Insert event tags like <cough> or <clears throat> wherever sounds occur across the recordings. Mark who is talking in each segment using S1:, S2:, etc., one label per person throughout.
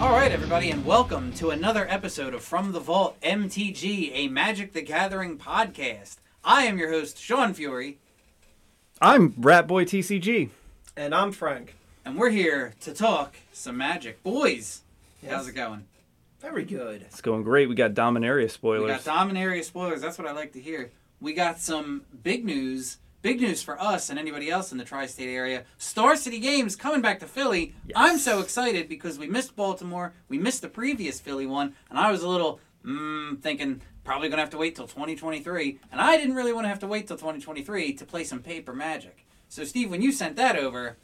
S1: right, everybody, and welcome to another episode of From the Vault MTG, a Magic the Gathering podcast. I am your host, Sean Fury,
S2: I'm Rat Boy TCG.
S3: And I'm Frank.
S1: and we're here to talk some magic. Boys, how's it going?
S3: Very good.
S2: It's going great. We got Dominaria
S1: We
S2: spoilers.
S1: got Dominaria spoilers. That's what I like to hear. We got some big news. Big news for us and anybody else in the tri state area. Star City Games coming back to Philly. I'm so excited because we missed Baltimore. We missed the previous Philly one. And I was a little mm, thinking, probably going to have to wait till 2023. And I didn't really want to have to wait till 2023 to play some paper magic. So, Steve, when you sent that over,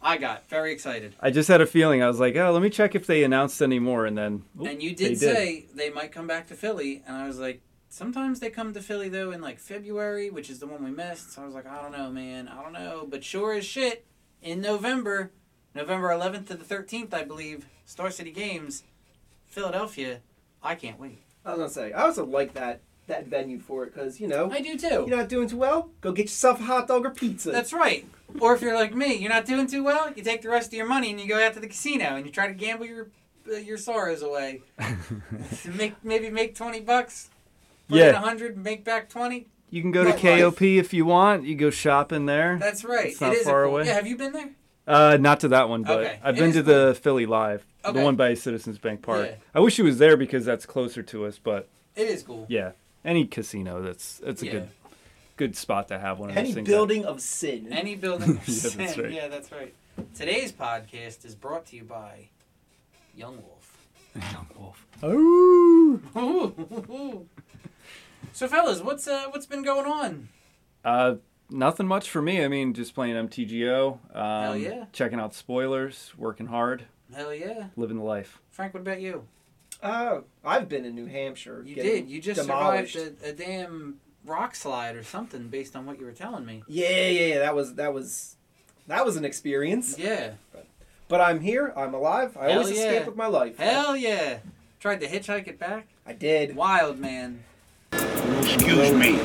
S1: I got very excited.
S2: I just had a feeling. I was like, oh, let me check if they announced any more. And then. oop,
S1: And you
S2: they
S1: did, say they might come back to Philly, and I was like, sometimes they come to Philly though in like February, which is the one we missed. So I was like, I don't know, man, I don't know. But sure as shit, in November, November 11th to the 13th, I believe, Star City Games, Philadelphia. I can't wait.
S3: I was gonna say, I also like that that venue for it because you know
S1: I do too.
S3: you're not doing too well. Go get yourself a hot dog or pizza.
S1: Oh. That's right. Or if you're like me, you're not doing too well, you take the rest of your money and you go out to the casino and you try to gamble your uh, your sorrows away. <laughs> make maybe make 20 bucks. Put in
S2: Yeah.
S1: 100, make back 20.
S2: You can go to
S3: Nightlife.
S2: KOP if you want. You go shopping there.
S1: That's right.
S2: It's not
S1: it is a
S2: far
S1: cool-
S2: away.
S1: Yeah, have you been there?
S2: Uh, not to that one, but
S1: Okay.
S2: I've
S1: It
S2: been
S1: is
S2: to the Philly Live,
S1: Okay.
S2: the one by Citizens Bank Park.
S1: Yeah.
S2: I wish it was there because that's closer to us. But
S1: It is
S2: <laughs>
S1: cool.
S2: yeah, any casino that's that's a
S1: Yeah.
S2: good good spot to have one of
S3: Any
S2: those things. at. <laughs>
S3: building of sin.
S1: Any building. of
S2: Yeah,
S1: sin.
S2: that's
S1: <laughs>
S2: right.
S1: Yeah, that's right. Today's podcast is brought to you by Young
S2: <laughs>
S1: Wolf. Young Wolf.
S2: Oh.
S1: so, fellas, what's uh, what's been going on?
S2: Uh, nothing much for me. I mean, just playing MTGO. Um,
S1: Hell yeah.
S2: Checking out spoilers, working hard,
S1: Hell yeah,
S2: living the life.
S1: Frank. What about you?
S3: Oh, I've been in New Hampshire.
S1: You
S3: getting
S1: did. You just
S3: demolished.
S1: survived a, a damn rock slide or something, based on what you were telling me.
S3: Yeah, yeah, yeah. That was that was that was an experience.
S1: Yeah.
S3: But I'm here. I'm alive. I
S1: Hell
S3: always
S1: yeah.
S3: escape with my life.
S1: Hell yeah. Tried to hitchhike it back.
S3: I did.
S1: Wild
S2: <laughs>
S1: man.
S4: Excuse me.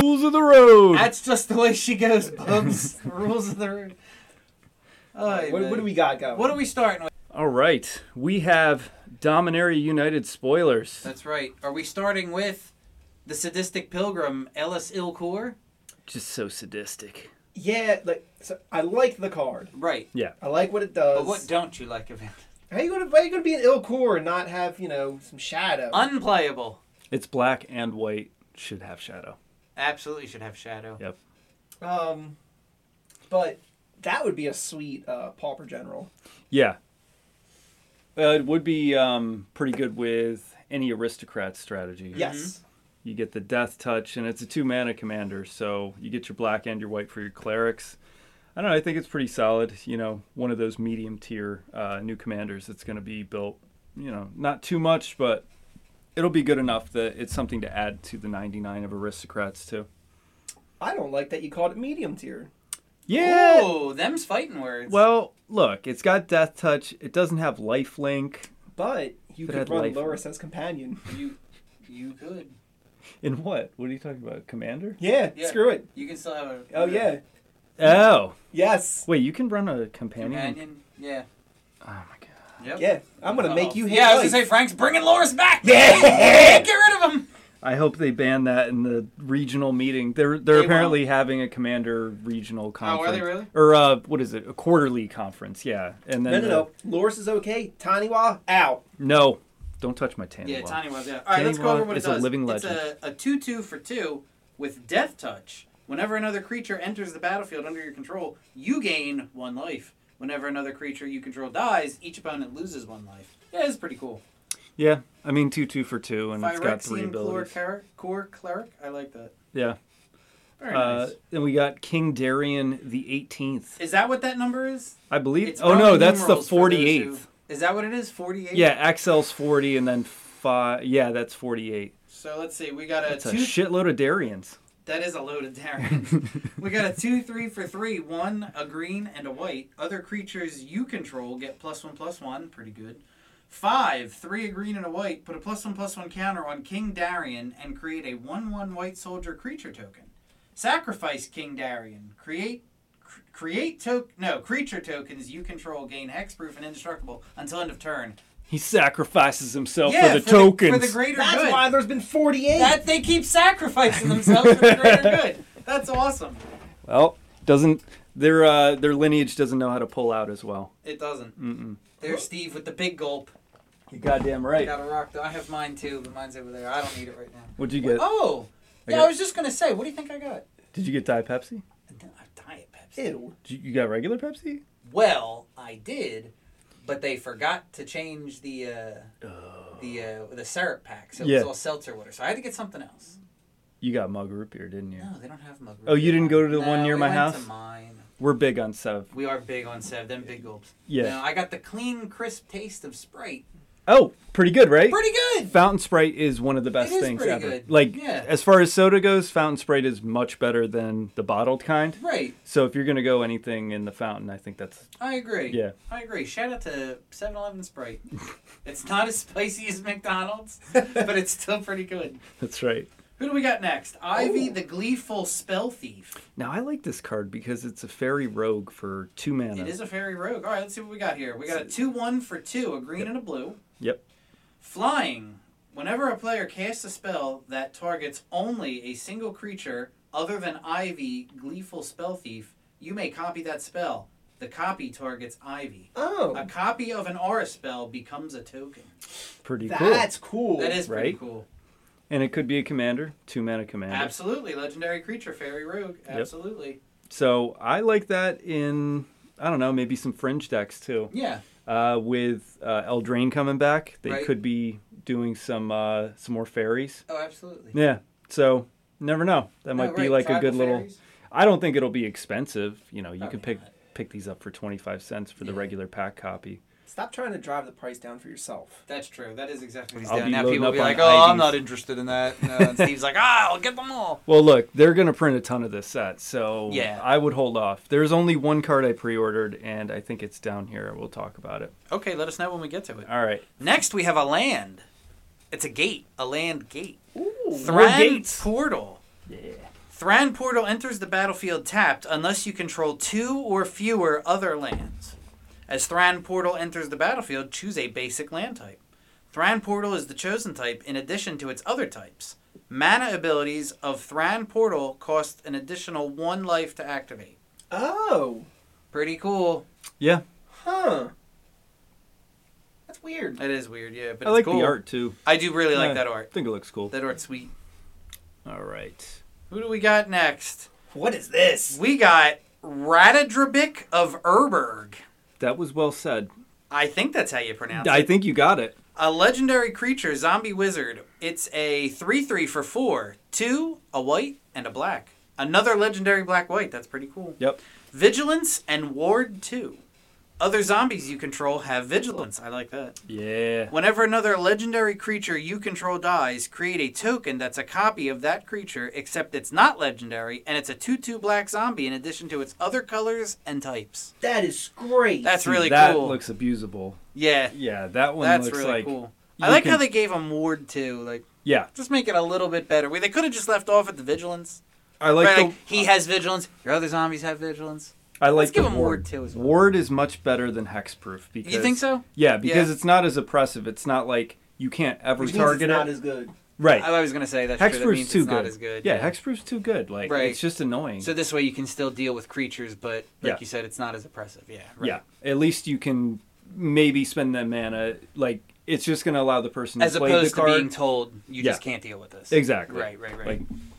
S2: Rules of the road.
S1: That's just the way she goes, bums. Rules of the road. Ay,
S3: What, what
S1: man.
S3: do we got going?
S1: What are we starting with?
S2: All right, we have Dominaria United spoilers.
S1: That's right. Are we starting with the sadistic pilgrim Ellis Ilcor?
S2: Just so sadistic.
S3: Yeah, like so I like the card.
S1: Right.
S3: I like what it
S1: But
S3: does.
S1: what don't you like about it?
S3: how you gonna how you gonna be an ill core and not have you know some shadow?
S1: Unplayable.
S2: It's black and white. Should have shadow.
S1: Absolutely should have shadow.
S2: Yep.
S3: Um, but that would be a sweet uh, pauper general.
S2: Yeah. Uh, it would be um, pretty good with any aristocrat strategy.
S3: Yes.
S2: You get the death touch, and it's a two mana commander, so you get your black and your white for your clerics. I don't know. I think it's pretty solid. You know, one of those medium tier uh, new commanders that's going to be built. You know, not too much, but it'll be good enough that it's something to add to the 99 of aristocrats too.
S3: I don't like that you called it medium tier.
S2: Yeah.
S1: Ooh, them's fighting words.
S2: Well, look, it's got death touch. It doesn't have life link.
S3: But you
S2: But it
S3: could
S2: had
S3: run
S2: life.
S3: Loris as companion.
S1: you you could.
S2: In what? What are you talking about, commander?
S3: Yeah,
S1: Yeah.
S3: screw it.
S1: You can still have a
S3: Oh yeah.
S2: Oh,
S3: Yes.
S2: wait. You can run a companion.
S1: companion. Yeah.
S2: Oh my god.
S1: Yep. Oh.
S3: Yeah. I'm gonna make you hate
S1: Yeah, I was
S3: life.
S1: gonna say Frank's bringing Loris back.
S3: <laughs> Yeah.
S1: Get rid of him.
S2: I hope they ban that in the regional meeting. They're they're
S1: They
S2: apparently having a commander regional
S1: Oh,
S2: conference.
S1: are they really?
S2: Or uh, what is it? A quarterly conference? Yeah. And
S3: No,
S2: then
S3: no, no. Loris is okay. Tiny Wa out.
S2: the- no. Don't touch my tan.
S1: Yeah,
S2: wall.
S1: Tiny Web. Yeah. All right,
S2: Tiny
S1: let's go over
S2: Web
S1: what it
S2: is a
S1: does.
S2: living legend.
S1: it's a, a 2 2 for 2 with Death Touch. Whenever another creature enters the battlefield under your control, you gain one life. Whenever another creature you control dies, each opponent loses one life. Yeah, it's pretty cool.
S2: Yeah. I mean two two for two, and it's got three
S1: Phyrexian Core,
S2: abilities.
S1: Car- Core Cleric. I like that.
S2: Yeah.
S1: Very
S2: Uh,
S1: nice.
S2: then we got King Darian the eighteenth.
S1: Is that what that number is?
S2: I believe.
S1: It's
S2: oh no,
S1: Roman
S2: that's the
S1: numerals for those
S2: forty
S1: who-
S2: eighth.
S1: Is that what it is? 48?
S2: Yeah, XL's forty, and then five. Yeah, that's forty eight.
S1: So let's see. We got a
S2: That's a
S1: 2
S2: shitload of Darians.
S1: That is a load of
S2: <laughs>
S1: Darren. we got a two, three for three. One, a green and a white. Other creatures you control get plus one, plus one. Pretty good. Five, three, a green and a white. Put a plus one, plus one counter on King Darien and create a one, one white soldier creature token. Sacrifice King Darien. Create cr- create token no creature tokens you control gain hexproof and indestructible until end of turn.
S2: He sacrifices himself
S1: yeah,
S2: for the tokens.
S1: for the greater
S3: That's
S1: good.
S3: why there's been 48.
S1: that they keep sacrificing themselves for the greater good. That's awesome.
S2: well, doesn't their uh, their lineage doesn't know how to pull out as well.
S1: It doesn't.
S2: Mm-mm.
S1: There's Steve with the big gulp.
S2: You're goddamn right.
S1: Got a rock. though. I have mine too, but mine's over there. I don't need it right now.
S2: What'd you get?
S1: Oh,
S2: I
S1: yeah. I
S2: got-
S1: was just gonna say, what do you think I got?
S2: Did you get Diet Pepsi?
S1: A diet Pepsi.
S3: Ew.
S2: Did you, you got regular Pepsi?
S1: Well, I did, but they forgot to change the uh, the uh, the syrup pack, so it
S2: Oh. Yeah.
S1: was all seltzer water. So I had to get something else.
S2: You got mug root beer, didn't you?
S1: No, they don't have mug.
S2: Oh, you didn't go to the
S1: No,
S2: one near
S1: we
S2: my
S1: went
S2: house?
S1: To mine.
S2: We're big on Sev.
S1: We are big on Sev. Them big gulps.
S2: Yeah.
S1: No, I got the clean, crisp taste of Sprite.
S2: Oh, pretty good, right?
S1: Pretty good.
S2: Fountain Sprite is one of the best
S1: It is
S2: things
S1: pretty
S2: ever.
S1: good.
S2: Like
S1: Yeah.
S2: as far as soda goes, Fountain Sprite is much better than the bottled kind.
S1: Right.
S2: So if you're gonna go anything in the fountain, I think that's
S1: I agree.
S2: Yeah.
S1: I agree. Shout out to 7-Eleven Sprite. it's not as spicy as McDonald's, but it's still pretty good.
S2: that's right.
S1: Who do we got next? Ivy, the gleeful spell thief.
S2: Now I like this card because it's a fairy rogue for two mana.
S1: It is a fairy rogue. All right, let's see what we got here. We got a 2 1 for 2, a green and a blue.
S2: Yep.
S1: Flying. Whenever a player casts a spell that targets only a single creature other than Ivy, Gleeful Spell Thief, you may copy that spell. The copy targets Ivy. A
S3: Oh.
S1: copy of an aura spell becomes a token.
S2: Pretty cool.
S3: That's cool.
S1: That is pretty
S2: Right?
S1: cool.
S2: And it could be a commander, two mana commander.
S1: Absolutely. Legendary creature, fairy rogue. Absolutely.
S2: So I like that in I don't know, maybe some fringe decks too.
S1: Yeah.
S2: Uh, with uh, Eldraine coming back, they
S1: Right.
S2: could be doing some uh, some more fairies.
S1: Oh, absolutely.
S2: Yeah. So never know. That might
S1: No,
S2: be
S1: Oh, right,
S2: like a
S1: tribal
S2: good little.
S1: fairies.
S2: I don't think it'll be expensive. You know, you
S1: Probably
S2: could pick
S1: not.
S2: pick these up for twenty five cents for the
S1: Yeah.
S2: regular pack copy.
S3: Stop trying to drive the price down for yourself.
S1: That's true. That is exactly what he's
S2: I'll
S1: doing.
S2: be
S1: Now
S2: loading
S1: people will
S2: up
S1: be
S2: on
S1: like, "Oh, I'm
S2: IVs."
S1: not interested in that." No, and Steve's like, "Ah, I'll get them all."
S2: Well, look, they're gonna print a ton of this set, so
S1: Yeah.
S2: I would hold off. There's only one card I pre-ordered, and I think it's down here. We'll talk about it.
S1: Okay, let us know when we get to it.
S2: All right.
S1: Next, we have a land. It's a gate, a land gate.
S3: Ooh.
S1: Thran
S2: gates.
S1: Portal.
S2: Yeah.
S1: Thran Portal enters the battlefield tapped unless you control two or fewer other lands. As Thran Portal enters the battlefield, choose a basic land type. Thran Portal is the chosen type in addition to its other types. Mana abilities of Thran Portal cost an additional one life to activate.
S3: Oh.
S1: Pretty cool.
S2: Yeah.
S3: Huh. That's weird.
S1: That is weird, yeah. But
S2: I
S1: it's
S2: like
S1: cool.
S2: the art too.
S1: I do really like
S2: Yeah.
S1: that
S2: I
S1: art.
S2: think it looks cool.
S1: That art's sweet.
S2: All right.
S1: Who do we got next?
S3: What is this?
S1: We got Radadrabic of Erberg.
S2: That was well said.
S1: I think that's how you pronounce
S2: I
S1: it.
S2: think you got it.
S1: A legendary creature, zombie wizard. It's a 3 3 for 4. 2, a white, and a black. Another legendary black white. That's pretty cool.
S2: Yep.
S1: Vigilance and Ward 2. Other zombies you control have vigilance. I like that.
S2: Yeah.
S1: Whenever another legendary creature you control dies, create a token that's a copy of that creature, except it's not legendary, and it's a 2 2 black zombie in addition to its other colors and types.
S3: That is great.
S1: That's really
S2: that
S1: cool.
S2: looks abusable.
S1: yeah,
S2: Yeah, that one
S1: that's
S2: looks
S1: really
S2: like
S1: cool.
S2: you
S1: I like how
S2: can-
S1: they gave him Ward too. Like,
S2: Yeah,
S1: just make it a little bit better. Where they could have just left off at the vigilance.
S2: I like
S1: Right,
S2: the,
S1: like, he has vigilance. Your other zombies have vigilance.
S2: I like
S1: Let's give
S2: the
S1: him
S2: ward.
S1: Ward too as well.
S2: Ward is much better than hexproof because
S1: You think so?
S2: Yeah, because
S1: Yeah.
S2: it's not as oppressive. It's not like you can't ever
S3: Which means
S2: target
S3: it's not
S2: it.
S3: as good.
S2: right.
S1: I was gonna say that's true. That
S2: hexproof's
S1: means
S2: too
S1: it's
S2: good.
S1: not as good.
S2: Yeah, hexproof's too good. Like
S1: Right.
S2: it's just annoying.
S1: So this way you can still deal with creatures, but like
S2: Yeah.
S1: you said, it's not as oppressive. Yeah. Right.
S2: Yeah, at least you can maybe spend that mana. Like it's just going to allow the person
S1: As
S2: to play the
S1: opposed to
S2: card.
S1: being told you just
S2: Yeah.
S1: can't deal with this.
S2: exactly.
S1: Right. Right. Right.
S2: Like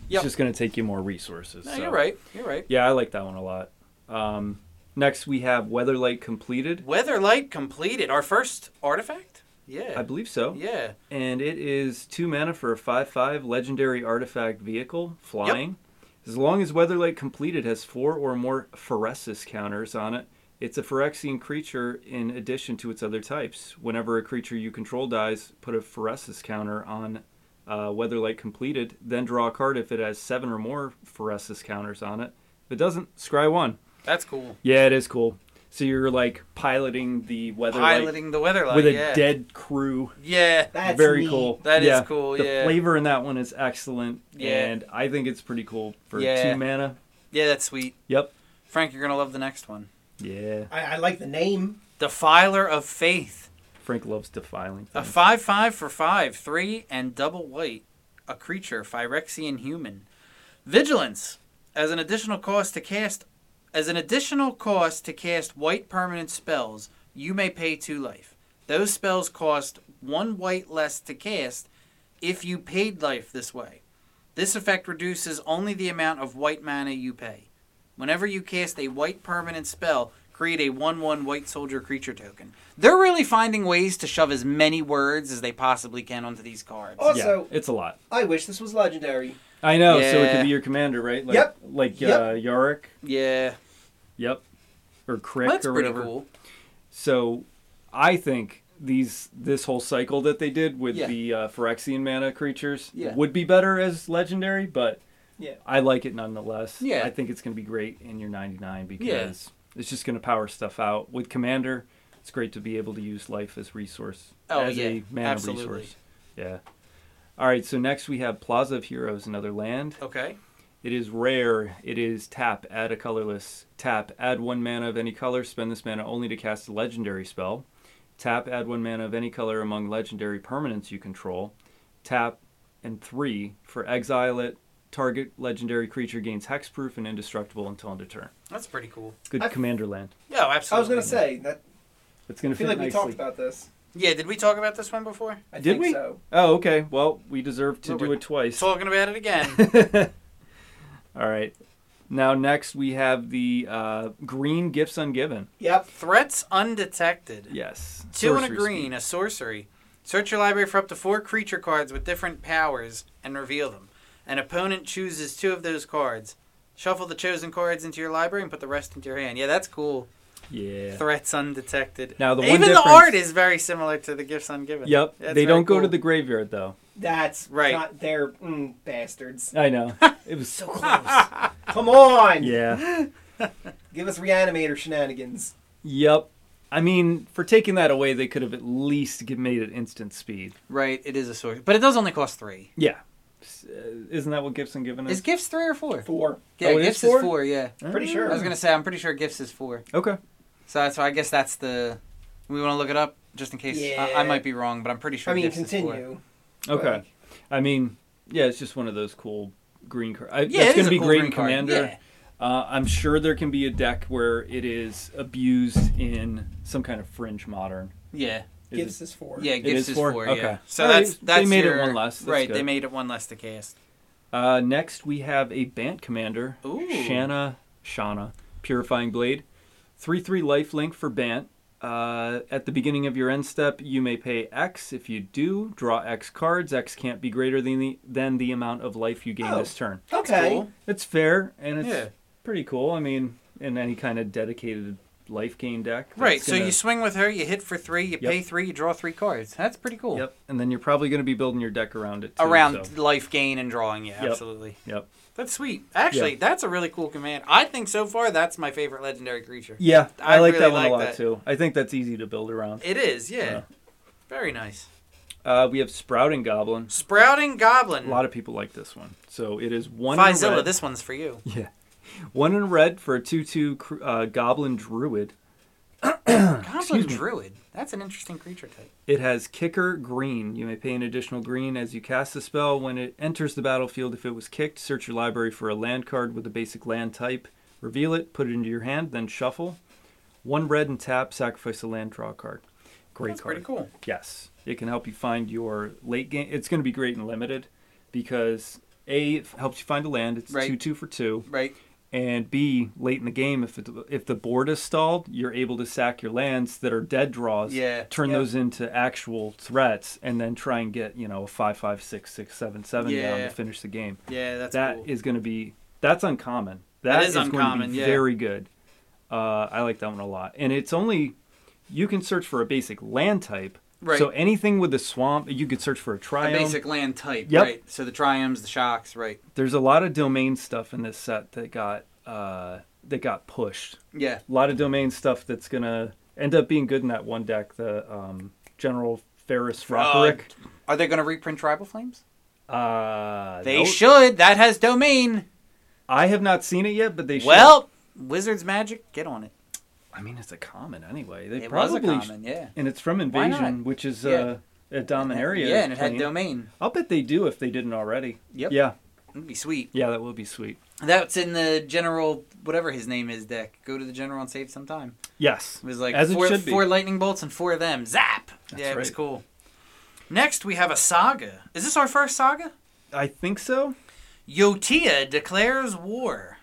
S1: Yep.
S2: it's just going to take you more resources.
S1: no,
S2: so.
S1: you're right. You're right.
S2: Yeah, I like that one a lot. Um, next we have Weatherlight completed.
S1: Weatherlight completed. Our first artifact. Yeah.
S2: I believe so.
S1: yeah.
S2: And it is two mana for a 5 5 legendary artifact vehicle flying. As long as Weatherlight Completed has four or more Phyrexian counters on it, it's a Phyrexian creature in addition to its other types. Whenever a creature you control dies, put a Phyrexian counter on uh, Weatherlight Completed, then draw a card if it has seven or more Phyrexian counters on it. If it doesn't, scry one.
S1: That's cool.
S2: Yeah, it is cool. So you're like piloting the Weatherlight
S1: Piloting the Weatherlight.
S2: with a
S1: yeah.
S2: dead crew.
S1: Yeah.
S3: That's
S2: very
S3: neat.
S2: cool.
S1: That
S2: That
S1: is
S2: is
S1: cool,
S2: The
S1: yeah.
S2: flavor in that one is excellent,
S1: Yeah.
S2: and I think it's pretty cool for
S1: Yeah.
S2: two mana.
S1: Yeah, that's sweet.
S2: Yep.
S1: Frank, you're gonna love the next one.
S2: Yeah.
S3: I, I like the name.
S1: Defiler of Faith.
S2: Frank loves defiling.
S1: A
S2: Things.
S1: five five for five, three and double white, a creature, Phyrexian human. Vigilance. As an additional cost to cast as an additional cost to cast white permanent spells, you may pay two life. Those spells cost one white less to cast if you paid life this way. This effect reduces only the amount of white mana you pay. Whenever you cast a white permanent spell, create a 1 1 white soldier creature token. They're really finding ways to shove as many words as they possibly can onto these cards.
S3: Oh,
S2: Yeah,
S3: Also-
S2: it's a lot.
S3: I wish this was legendary.
S2: I know. So it
S1: Yeah.
S2: could be your commander, right? Like,
S3: Yep.
S2: Like
S3: Yep.
S2: Uh, Yorick.
S1: Yeah.
S2: Yep. Or Crick
S1: Well, that's
S2: or
S1: pretty
S2: whatever.
S1: cool.
S2: So I think these this whole cycle that they did with
S1: Yeah.
S2: the uh, Phyrexian mana creatures
S1: Yeah.
S2: would be better as legendary, but
S3: Yeah.
S2: I like it nonetheless.
S1: Yeah.
S2: I think it's going to be great in your 99 because
S1: Yeah.
S2: it's just going to power stuff out. With Commander, it's great to be able to use life as resource
S1: Oh,
S2: as
S1: yeah,
S2: a mana
S1: absolutely.
S2: resource. Yeah. All right, so next we have Plaza of Heroes, another land.
S1: Okay.
S2: It is rare. It is tap, add a colorless. Tap, add one mana of any color, spend this mana only to cast a legendary spell. Tap, add one mana of any color among legendary permanents you control. Tap and three for exile it. Target legendary creature gains hexproof and indestructible until end of turn.
S1: That's pretty cool.
S2: Good
S3: I-
S2: commander land.
S1: Yeah,
S3: I was
S1: absolutely.
S3: gonna say that.
S2: It's going
S3: I
S2: to fit
S3: feel like we
S2: nicely.
S3: talked about this.
S1: Yeah, did we talk about this one before?
S3: I
S2: Did
S3: think
S2: we?
S3: So.
S2: oh, okay. Well, we deserve to
S1: Well,
S2: do
S1: we're
S2: it twice.
S1: Talking about it again.
S2: <laughs> All right. Now, next we have the uh, green gifts ungiven.
S3: Yep.
S1: Threats undetected.
S2: Yes.
S1: Two and a
S2: Sorcery
S1: green,
S2: speed.
S1: a sorcery. Search your library for up to four creature cards with different powers and reveal them. An opponent chooses two of those cards. Shuffle the chosen cards into your library and put the rest into your hand. Yeah, that's cool.
S2: Yeah.
S1: Threats undetected.
S2: Now, the one
S1: even the
S2: difference-
S1: art is very similar to the gifts ungiven.
S2: Yep.
S1: That's very
S2: they don't go to
S1: cool.
S2: the graveyard though.
S3: That's
S1: Right.
S3: Not their mm, bastards.
S1: <laughs>
S2: I know. It was so
S3: Close. Come on.
S2: Yeah.
S3: Give us reanimator shenanigans.
S2: Yep. I mean, for taking that away, they could have at least g- made it instant speed.
S1: right. It is a sorcery, but it does only cost three.
S2: Yeah. S- uh, Isn't that what Gibson given
S1: Is
S2: is?
S1: gifts three or four?
S3: Four.
S1: Yeah,
S2: Mm. Oh, it is
S1: gifts is
S2: four?
S1: four? Yeah,
S3: Pretty sure.
S1: I was gonna say I'm pretty sure gifts is four.
S2: Okay.
S1: So that's why I guess that's the. We want to look it up just in case. I, I
S3: Yeah.
S1: might be wrong, but I'm pretty sure.
S3: I mean,
S1: gifts is four.
S3: continue.
S2: Okay.
S3: Like-
S2: I mean, yeah, it's just one of those cool green cards. Yeah,
S1: Yeah,
S2: that's
S1: it is
S2: going
S1: a
S2: to be
S1: cool
S2: great
S1: green
S2: in
S1: card.
S2: Commander.
S1: Yeah.
S2: Uh, I'm sure there can be a deck where it is abused in some kind of fringe modern.
S1: Yeah.
S2: Is
S3: Gives
S2: it-
S3: us four.
S1: Yeah,
S2: It
S1: gifts
S2: is
S1: is
S2: four?
S1: four.
S2: Okay.
S1: Yeah. So
S2: All right,
S1: that's
S2: they
S1: that's
S2: made it
S1: your-
S2: one less. That's
S1: right, they
S2: good.
S1: made it one less to cast.
S2: Uh, next, we have a Bant Commander,
S1: Ooh.
S2: Shanna Shana, Purifying Blade. 3 3 lifelink for Bant. Uh, at the beginning of your end step, you may pay X. If you do, draw X cards. X can't be greater than the, than the amount of life you gain
S3: Oh.
S2: this turn.
S3: Okay.
S1: Cool.
S2: It's fair, and it's
S1: Yeah.
S2: pretty cool. I mean, in any kind of dedicated life gain deck. that's
S1: Right. So
S2: gonna-
S1: you swing with her, you hit for three, you
S2: Yep.
S1: pay three, you draw three cards. That's pretty cool.
S2: Yep, and then you're probably going to be building your deck around it. Too,
S1: Around
S2: so-
S1: life gain and drawing, yeah,
S2: Yep.
S1: absolutely.
S2: Yep.
S1: That's sweet. Actually, that's a really cool command. I think so far that's my favorite legendary creature.
S2: Yeah, I,
S1: I
S2: like
S1: really
S2: that one
S1: like
S2: a lot
S1: that.
S2: too. I think that's easy to build around.
S1: It is, yeah.
S2: Yeah.
S1: Very nice.
S2: Uh, we have Sprouting Goblin.
S1: Sprouting Goblin.
S2: A lot of people like this one. So it is one in
S1: Fizilla,
S2: red,
S1: this one's for you.
S2: one in red for a two-two cr- uh, goblin druid.
S1: Goblin Druid. That's an interesting creature type.
S2: It has kicker green. You may pay an additional green as you cast the spell. When it enters the battlefield, if it was kicked, search your library for a land card with a basic land type. Reveal it, put it into your hand, then shuffle. One red and tap, sacrifice a land, draw a card. Great
S1: That's
S2: card.
S1: pretty cool.
S2: Yes, it can help you find your late game. It's going to be great in limited because a it helps you find a land. It's
S1: Right.
S2: two two for two,
S1: Right.
S2: and b late in the game if it, if the board is stalled, you're able to sack your lands that are dead draws.
S1: Yeah.
S2: turn
S3: Yep.
S2: those into actual threats, and then try and get you know a five five six six seven seven down
S1: Yeah.
S2: to finish the game.
S1: Yeah, that's
S2: That's going to be that's uncommon.
S1: That
S2: that
S1: is
S2: is, going
S1: uncommon,
S2: to be
S1: yeah.
S2: very good. Uh, I like that one a lot, and it's only you can search for a basic land type.
S1: Right.
S2: So anything with a swamp, you could search for a
S1: a
S2: triome.
S1: basic land type,
S2: Yep.
S1: right? So the triomes, the shocks, right?
S2: There's a lot of domain stuff in this set that got uh, that got pushed.
S1: Yeah.
S2: A lot of domain stuff that's gonna end up being good in that one deck. The um, General Ferris Rockerick.
S1: Uh, Are they going to reprint Tribal Flames?
S2: Uh,
S1: They
S2: no,
S1: should. That has domain.
S2: I have not seen it yet, but they should.
S1: Well, Wizards Magic, get on it.
S2: I mean, it's a common anyway. They
S1: it
S2: probably
S1: was a common, yeah.
S2: and it's from
S1: Why not?
S2: Invasion, which is
S1: Yeah.
S2: uh, a Dominaria.
S1: Yeah, and it had
S2: plane.
S1: domain.
S2: I'll bet they do if they didn't already.
S1: Yep.
S2: Yeah,
S1: It'd be sweet.
S2: yeah, that will be sweet.
S1: That's in the general, whatever his name is, deck. Go to the general and save some time.
S2: Yes,
S1: It was like
S2: As it
S1: four,
S2: should be.
S1: four lightning bolts and four of them. Zap! yeah, it was
S2: right.
S1: cool. Next, we have a saga. Is this our first saga?
S2: I think so.
S1: Yotia declares war.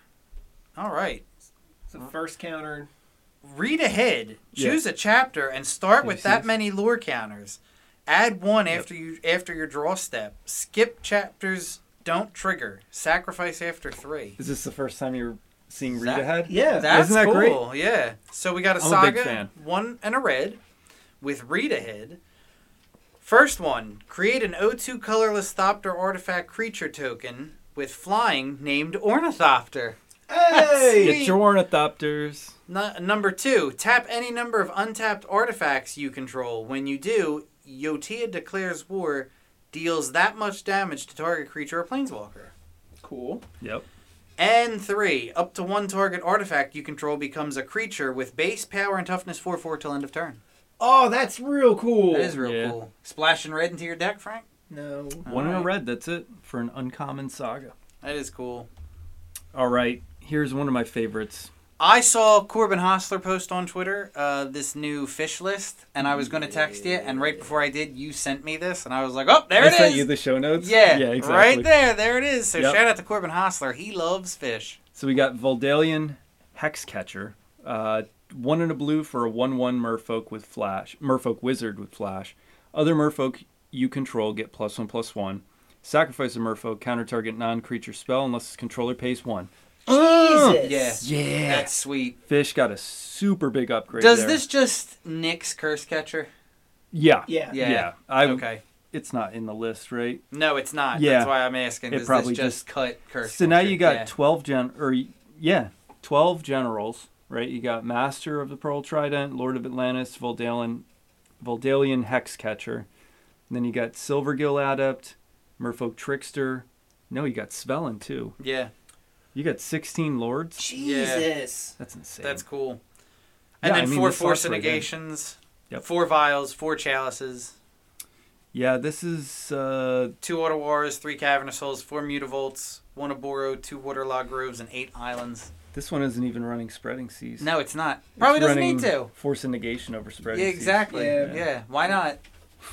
S1: All right.
S3: It's the first counter.
S1: Read ahead, choose a chapter, and start with
S2: see
S1: that
S2: this?
S1: many lore counters. Add one after you after your draw step. Skip chapters. Don't trigger. Sacrifice after three.
S2: Is this the first time you're seeing
S1: Is
S2: Rita
S1: that-
S2: Head?
S3: Yeah.
S1: That's
S2: Isn't that great?
S1: cool. Yeah. So we got a
S2: I'm a
S1: saga,
S2: big fan.
S1: one and a red, with read ahead. First one: create an O2 colorless Thopter artifact creature token with flying named Ornithopter.
S3: Hey!
S2: Get your ornithopters.
S1: Nu- number two, tap any number of untapped artifacts you control. When you do, Yotia declares war, deals that much damage to target creature or planeswalker.
S3: cool.
S2: Yep.
S1: And three, up to one target artifact you control becomes a creature with base power and toughness 4 4 till end of turn.
S3: Oh, that's real cool.
S1: That is real
S2: Yeah.
S1: cool. Splashing red into your deck, Frank?
S3: No.
S2: One in a
S1: Alright.
S2: red. That's it for an uncommon saga.
S1: That is cool.
S2: All right. Here's one of my favorites.
S1: I saw Corbin Hostler post on Twitter uh, this new fish list, and I was going to text you, and right before I did, you sent me this, and I was like, oh, there
S2: I
S1: it is.
S2: sent you the show notes.
S1: Yeah,
S2: Yeah. Exactly.
S1: right there, there it is. So
S2: Yep.
S1: shout out to Corbin Hostler. He loves fish.
S2: So we got Voldalian Hexcatcher, uh, one in a blue for a one-one Merfolk with Flash, Merfolk Wizard with Flash. Other Merfolk you control get plus one plus one. Sacrifice a Merfolk, counter target non-creature spell unless its controller pays one.
S3: Jesus.
S1: Yeah,
S2: Yeah.
S1: that's sweet.
S2: Fish got a super big upgrade.
S1: Does
S2: there.
S1: this just nix curse catcher?
S2: Yeah.
S3: Yeah.
S1: Yeah.
S2: I.
S1: okay,
S2: It's not in the list, right?
S1: no, it's not.
S2: Yeah.
S1: that's why I'm asking.
S2: It
S1: Does
S2: probably
S1: this just cut curse?
S2: So now
S1: Catcher?
S2: you got
S1: Yeah.
S2: twelve gen or yeah, twelve generals, right? You got Master of the Pearl Trident, Lord of Atlantis, Voldalian, Voldalian Hexcatcher. And then you got Silvergill Adept, Merfolk Trickster. No, you got Svelin too.
S1: yeah,
S2: You got sixteen lords.
S3: Jesus.
S2: That's insane.
S1: that's cool. And
S2: Yeah,
S1: then
S2: I mean,
S1: four
S2: this
S1: force
S2: sucks right then.
S1: negations,
S2: Yep.
S1: four vials, four chalices,
S2: yeah. This is uh,
S1: two auto wars, three cavernous souls, four mutavolts, one aboro, two waterlog groves, and eight islands.
S2: this one isn't even running Spreading Seas.
S1: No, it's not.
S2: It's
S1: Probably doesn't
S2: running
S1: need to.
S2: Force of Negation over Spreading
S1: Yeah,
S2: Seas.
S1: exactly. Yeah.
S3: Yeah.
S1: why not?
S2: <laughs>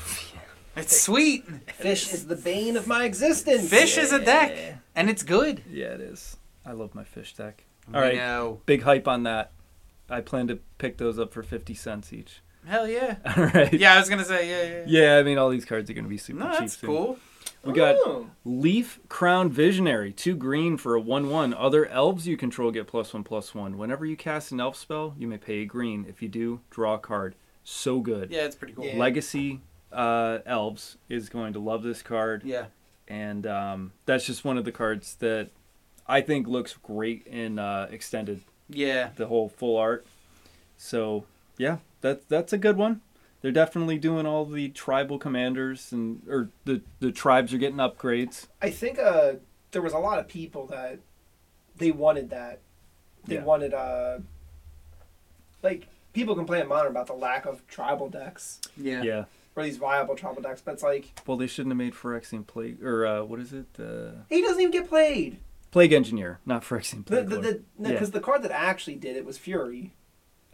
S1: It's sweet,
S3: Fish is the bane of my existence.
S1: Fish is a deck. and it's good.
S2: Yeah, it is. I love my fish deck.
S1: We
S2: All right.
S1: know.
S2: Big hype on that. I plan to pick those up for 50 cents each. <laughs>
S1: Hell yeah.
S2: All right.
S1: Yeah, I was gonna say yeah, yeah. yeah.
S2: Yeah, I mean, all these cards are going to be super
S1: No,
S2: cheap.
S1: that's
S2: soon.
S1: cool.
S2: We got
S3: Ooh.
S2: Leaf Crown Visionary, two green for a 1 1. Other elves you control get plus 1 plus 1. Whenever you cast an elf spell, you may pay a green. If you do, draw a card. So good.
S1: Yeah, it's pretty cool.
S3: Yeah.
S2: Legacy uh, Elves is going to love this card.
S1: Yeah.
S2: And um, that's just one of the cards that I think looks great in uh, Extended
S1: Yeah.
S2: the whole full art. So yeah, that that's a good one. They're definitely doing all the tribal commanders and or the the tribes are getting upgrades.
S3: I think uh, there was a lot of people that they wanted that. They
S2: Yeah.
S3: wanted uh, like people complain at modern about the lack of tribal decks
S1: Yeah.
S2: Yeah.
S3: or these viable tribal decks, but it's like
S2: Well, they shouldn't have made Phyrexian plague or uh, what is it? Uh,
S3: he doesn't even get played.
S2: plague engineer, not Phyrexian
S3: The
S2: plague.
S3: the
S2: Lord.
S3: the because
S2: Yeah.
S3: the card that actually did it was Fury.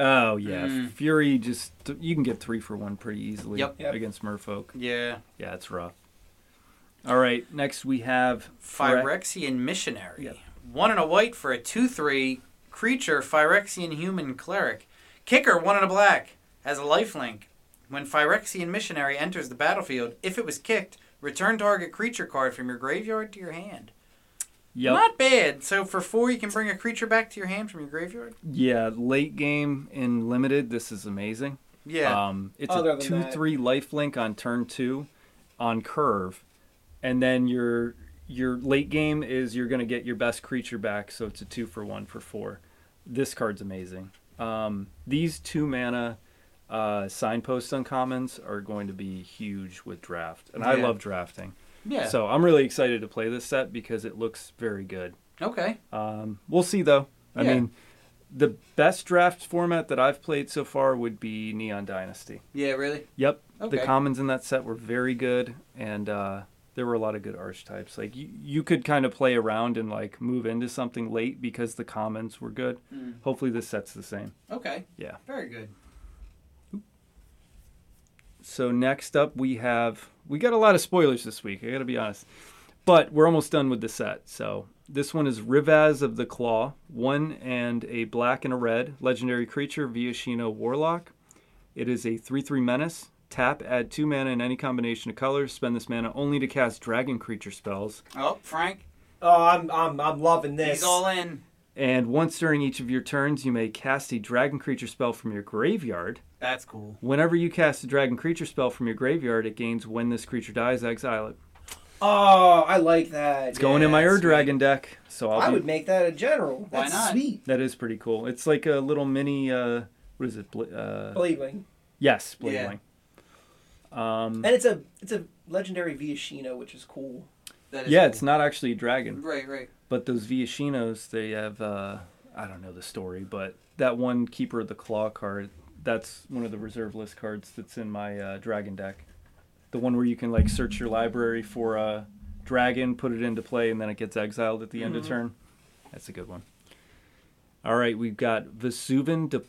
S2: oh yeah,
S1: Mm.
S2: Fury just you can get three for one pretty easily
S1: Yep.
S3: Hmm. Yep.
S2: against Merfolk.
S1: Yeah.
S2: Yeah, it's rough. All right, next we have Phyre-
S1: Phyrexian missionary.
S2: Yep.
S1: One and a white for a two three creature Phyrexian human cleric. Kicker one and a black as a lifelink. When Phyrexian missionary enters the battlefield, if it was kicked, return target creature card from your graveyard to your hand.
S2: Yep.
S1: Not bad. So for four, you can bring a creature back to your hand from your graveyard.
S2: Yeah, late game in limited. This is amazing.
S1: Yeah.
S2: Um, it's
S3: Other
S2: a
S3: than
S2: two
S3: that-
S2: three life link on turn two, on curve, and then your your late game is you're gonna get your best creature back, so it's a two for one for four. This card's amazing. Um, these two mana uh, signpost uncommons are going to be huge with draft, and I
S1: Yeah.
S2: love drafting.
S1: yeah.
S2: So I'm really excited to play this set because it looks very good.
S1: okay.
S2: Um, we'll see though. I
S1: Yeah.
S2: mean, the best draft format that I've played so far would be Neon Dynasty.
S1: Yeah, really.
S2: Yep.
S1: Okay.
S2: The commons in that set were very good, and uh, there were a lot of good archetypes. Like you, you could kind of play around and like move into something late because the commons were good. Hopefully, this set's the same.
S1: Okay.
S2: Yeah.
S1: Very good.
S2: So next up, we have we got a lot of spoilers this week. I got to be honest, but we're almost done with the set. So this one is Rivaz of the Claw, one and a black and a red legendary creature, Viashino Warlock. It is a three-three menace. Tap, add two mana in any combination of colors. Spend this mana only to cast dragon creature spells.
S1: Oh, Frank,
S5: Oh, I'm I'm I'm loving this.
S1: he's all in.
S2: And once during each of your turns, you may cast a dragon creature spell from your graveyard.
S1: That's cool.
S2: Whenever you cast a dragon creature spell from your graveyard, it gains when this creature dies, exile it.
S3: Oh, I like that.
S2: It's going in my
S1: Yeah,
S2: Ur
S1: sweet.
S2: Dragon deck, so I'll
S3: I
S2: be-
S3: would make that a general.
S1: Why
S3: That's
S1: not?
S3: Sweet.
S2: that is pretty cool. It's like a little mini. Uh, what is it? Bla- uh,
S3: Blade Wing.
S2: yes, Blade
S1: Yeah.
S2: Wing. Um,
S3: And it's a it's a legendary Viashino, which is cool.
S1: That is
S2: yeah,
S1: cool.
S2: it's not actually a dragon,
S1: right, right.
S2: but those Viashinos, they have. Uh, I don't know the story, but that one Keeper of the Claw card, that's one of the reserve list cards that's in my uh, dragon deck. The one where you can like search your library for a dragon, put it into play, and then it gets exiled at the end of turn. That's a good one. All right, we've got Vesuvan Di-